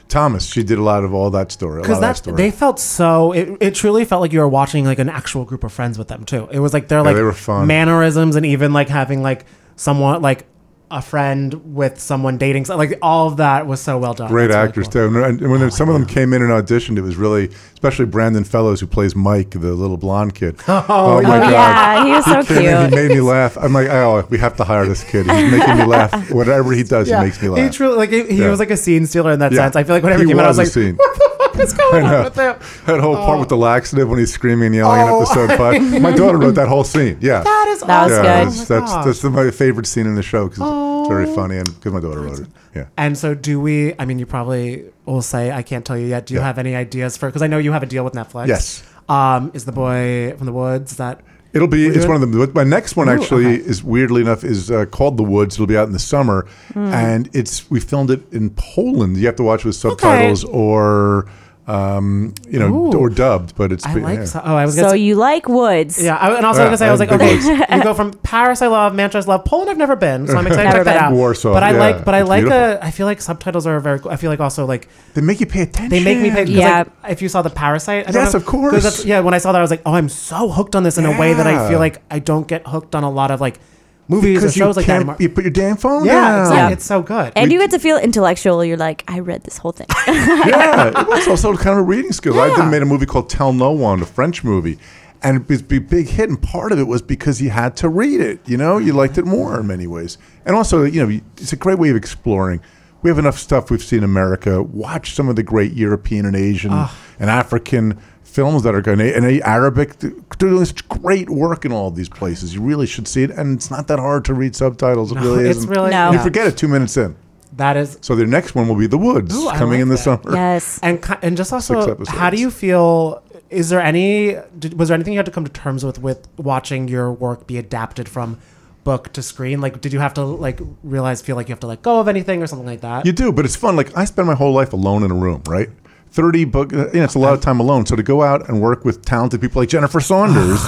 Speaker 9: Thomas. She did a lot of all that story. A lot
Speaker 10: Because
Speaker 9: of that
Speaker 10: that
Speaker 9: story.
Speaker 10: they felt so it, it truly felt like you were watching like an actual group of friends with them too. It was like they're like
Speaker 9: they were fun.
Speaker 10: mannerisms and even like having like someone like a friend with someone dating so- like all of that was so well done.
Speaker 9: Great
Speaker 10: That's Oh really
Speaker 9: actors too. And- And when some of them came in and auditioned, it was really, especially Brandon Fellows, who plays Mike, the little blonde kid. Oh,
Speaker 8: yeah. Yeah, he was so
Speaker 9: came in, he
Speaker 8: cute.
Speaker 9: made me laugh. I'm like, oh, we have to hire this kid. He's making me laugh. Whatever he does,
Speaker 10: Yeah,
Speaker 9: he makes me laugh.
Speaker 10: He truly like he, he
Speaker 9: Yeah.
Speaker 10: was like a scene stealer in that
Speaker 9: Yeah.
Speaker 10: sense. I feel like whenever
Speaker 9: He
Speaker 10: he came out, I was
Speaker 9: was a
Speaker 10: like,
Speaker 9: scene.
Speaker 10: what the fuck is going
Speaker 9: I know.
Speaker 10: on with him?
Speaker 9: That whole part with the laxative when he's screaming and yelling
Speaker 10: Oh.
Speaker 9: in episode five. My daughter wrote that whole scene. Yeah.
Speaker 10: That is
Speaker 8: That was
Speaker 9: yeah,
Speaker 8: good.
Speaker 9: That's,
Speaker 10: Oh my
Speaker 9: that's,
Speaker 10: gosh.
Speaker 9: that's the- my favorite scene in the show because it's very
Speaker 10: Oh.
Speaker 9: funny and because my daughter wrote it. Yeah.
Speaker 10: And so, do we? I mean, you probably will say, "I can't tell you yet." Do you
Speaker 9: Yeah.
Speaker 10: have any ideas for? Because I know you have a deal with Netflix.
Speaker 9: Yes.
Speaker 10: Um, is the boy from the woods is that?
Speaker 9: It'll be.
Speaker 10: we're
Speaker 9: It's
Speaker 10: doing-
Speaker 9: one of them. My next one
Speaker 10: Ooh,
Speaker 9: actually
Speaker 10: okay.
Speaker 9: is weirdly enough is uh, called The Woods. It'll be out in the summer,
Speaker 10: Hmm.
Speaker 9: and it's we filmed it in Poland. You have to watch it with subtitles or um, you know
Speaker 10: Ooh.
Speaker 9: or dubbed, but it's
Speaker 10: I
Speaker 9: be-
Speaker 10: like.
Speaker 9: yeah. Oh,
Speaker 10: So, oh, I was gonna.
Speaker 8: So
Speaker 10: say,
Speaker 8: you like woods?
Speaker 10: yeah, I, and also
Speaker 9: Yeah,
Speaker 10: gonna say I was
Speaker 9: I
Speaker 10: like,
Speaker 9: have
Speaker 10: okay,
Speaker 9: big
Speaker 10: you go from Paris, I love Manchester, I love Poland. I've never been, so I'm excited
Speaker 8: Never
Speaker 10: to check that
Speaker 8: been.
Speaker 10: out.
Speaker 9: Warsaw,
Speaker 10: but I
Speaker 9: yeah,
Speaker 10: like, but I
Speaker 9: it's
Speaker 10: like the.
Speaker 9: beautiful.
Speaker 10: I feel like subtitles are very. cool. I feel like also like
Speaker 9: They make you pay attention.
Speaker 10: They make me pay.
Speaker 8: Yeah.
Speaker 10: Yeah. Like, if you saw the Parasite, I don't
Speaker 9: Yes,
Speaker 10: know-
Speaker 9: of course.
Speaker 10: 'cause that's- yeah. When I saw that, I was like, oh, I'm so hooked on this in a way that I
Speaker 9: Yeah.
Speaker 10: feel like I don't get hooked on a lot of like movies
Speaker 9: because
Speaker 10: or
Speaker 9: you
Speaker 10: shows like that.
Speaker 9: can't.
Speaker 10: anymore.
Speaker 9: you put your damn phone
Speaker 10: yeah,
Speaker 9: down.
Speaker 10: exactly.
Speaker 8: Yeah.
Speaker 10: It's so good.
Speaker 8: And you get to feel intellectual. You're like, I read this whole thing.
Speaker 9: yeah, it was also kind of a reading skill. I then made a movie called Tell No One, a French movie, and it was a big hit. And part of it was because you had to read it. You know, you liked it more in many ways. And also, you know, it's a great way of exploring. We
Speaker 10: Ah.
Speaker 9: have enough stuff we've seen in America. Watch some of the great European and Asian and African films that are going and they- Arabic they're doing such great work in all these places. You really should see it, and it's not that hard to read subtitles. It
Speaker 10: No,
Speaker 9: really
Speaker 10: it's
Speaker 9: isn't.
Speaker 10: really No.
Speaker 9: You
Speaker 10: not.
Speaker 9: forget it two minutes in.
Speaker 10: That is
Speaker 9: So their next one will be The Woods
Speaker 10: Ooh, I
Speaker 9: coming
Speaker 10: like
Speaker 9: in the
Speaker 10: that.
Speaker 9: summer.
Speaker 10: And ki- and just
Speaker 9: Six
Speaker 10: also,
Speaker 9: episodes.
Speaker 10: how do you feel? Is there any? Did, was there anything you had to come to terms with with watching your work be adapted from book to screen? Like, did you have to like realize feel like you have to let go of anything or something like that?
Speaker 9: You do, but it's fun. Like I spend my whole life alone in a room, right? Thirty book, uh, you know, it's a lot of time alone. So to go out and work with talented people like Jennifer Saunders,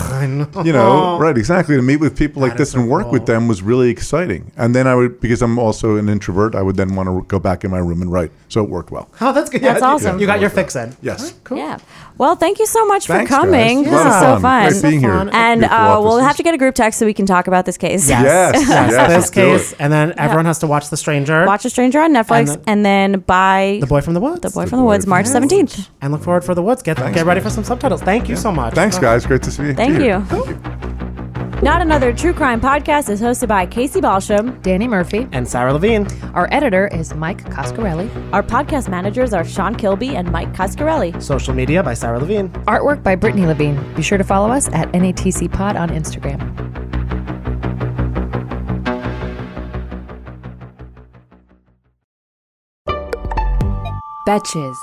Speaker 9: you know, right? Exactly. To meet with people like this and work with them was really exciting. And then I would, because I'm also an introvert, I would then want to go back in my room and write. So it worked well.
Speaker 10: Oh, that's good.
Speaker 8: That's
Speaker 10: Yeah, you-
Speaker 8: awesome.
Speaker 10: You got your fix in.
Speaker 9: Yes.
Speaker 10: Cool.
Speaker 8: Yeah. Well, thank you so much
Speaker 9: Thanks,
Speaker 8: for
Speaker 9: guys.
Speaker 8: coming.
Speaker 9: Yeah.
Speaker 8: This
Speaker 9: Lot of
Speaker 8: is so
Speaker 9: fun.
Speaker 8: fun.
Speaker 9: Great being here.
Speaker 8: And
Speaker 9: Beautiful
Speaker 8: uh, we'll
Speaker 9: offices.
Speaker 8: have to get a group text so we can talk about this case.
Speaker 9: Yes, yes,
Speaker 10: this
Speaker 9: let's do
Speaker 10: case,
Speaker 9: it.
Speaker 10: and then everyone
Speaker 8: Yeah.
Speaker 10: has to watch The Stranger.
Speaker 8: Watch A Stranger on Netflix
Speaker 10: And
Speaker 8: and, then buy
Speaker 10: The Boy from the Woods.
Speaker 8: The Boy from the Woods, March 17th.
Speaker 10: and look forward for the woods. Get
Speaker 8: Thanks,
Speaker 10: get ready
Speaker 8: man.
Speaker 10: for some subtitles. Thank you so much.
Speaker 9: Thanks,
Speaker 10: Oh.
Speaker 9: guys. Great to see you.
Speaker 8: Thank
Speaker 9: Here.
Speaker 8: you. Not Another True Crime podcast is hosted by Casey Balsham,
Speaker 13: Danny Murphy,
Speaker 10: and Sarah Levine.
Speaker 13: Our editor is Mike Coscarelli.
Speaker 8: Our podcast managers are Sean Kilby and Mike Coscarelli.
Speaker 10: Social media by Sarah Levine.
Speaker 13: Artwork by Brittany Levine. Be sure to follow us at NATC Pod on Instagram. Betches.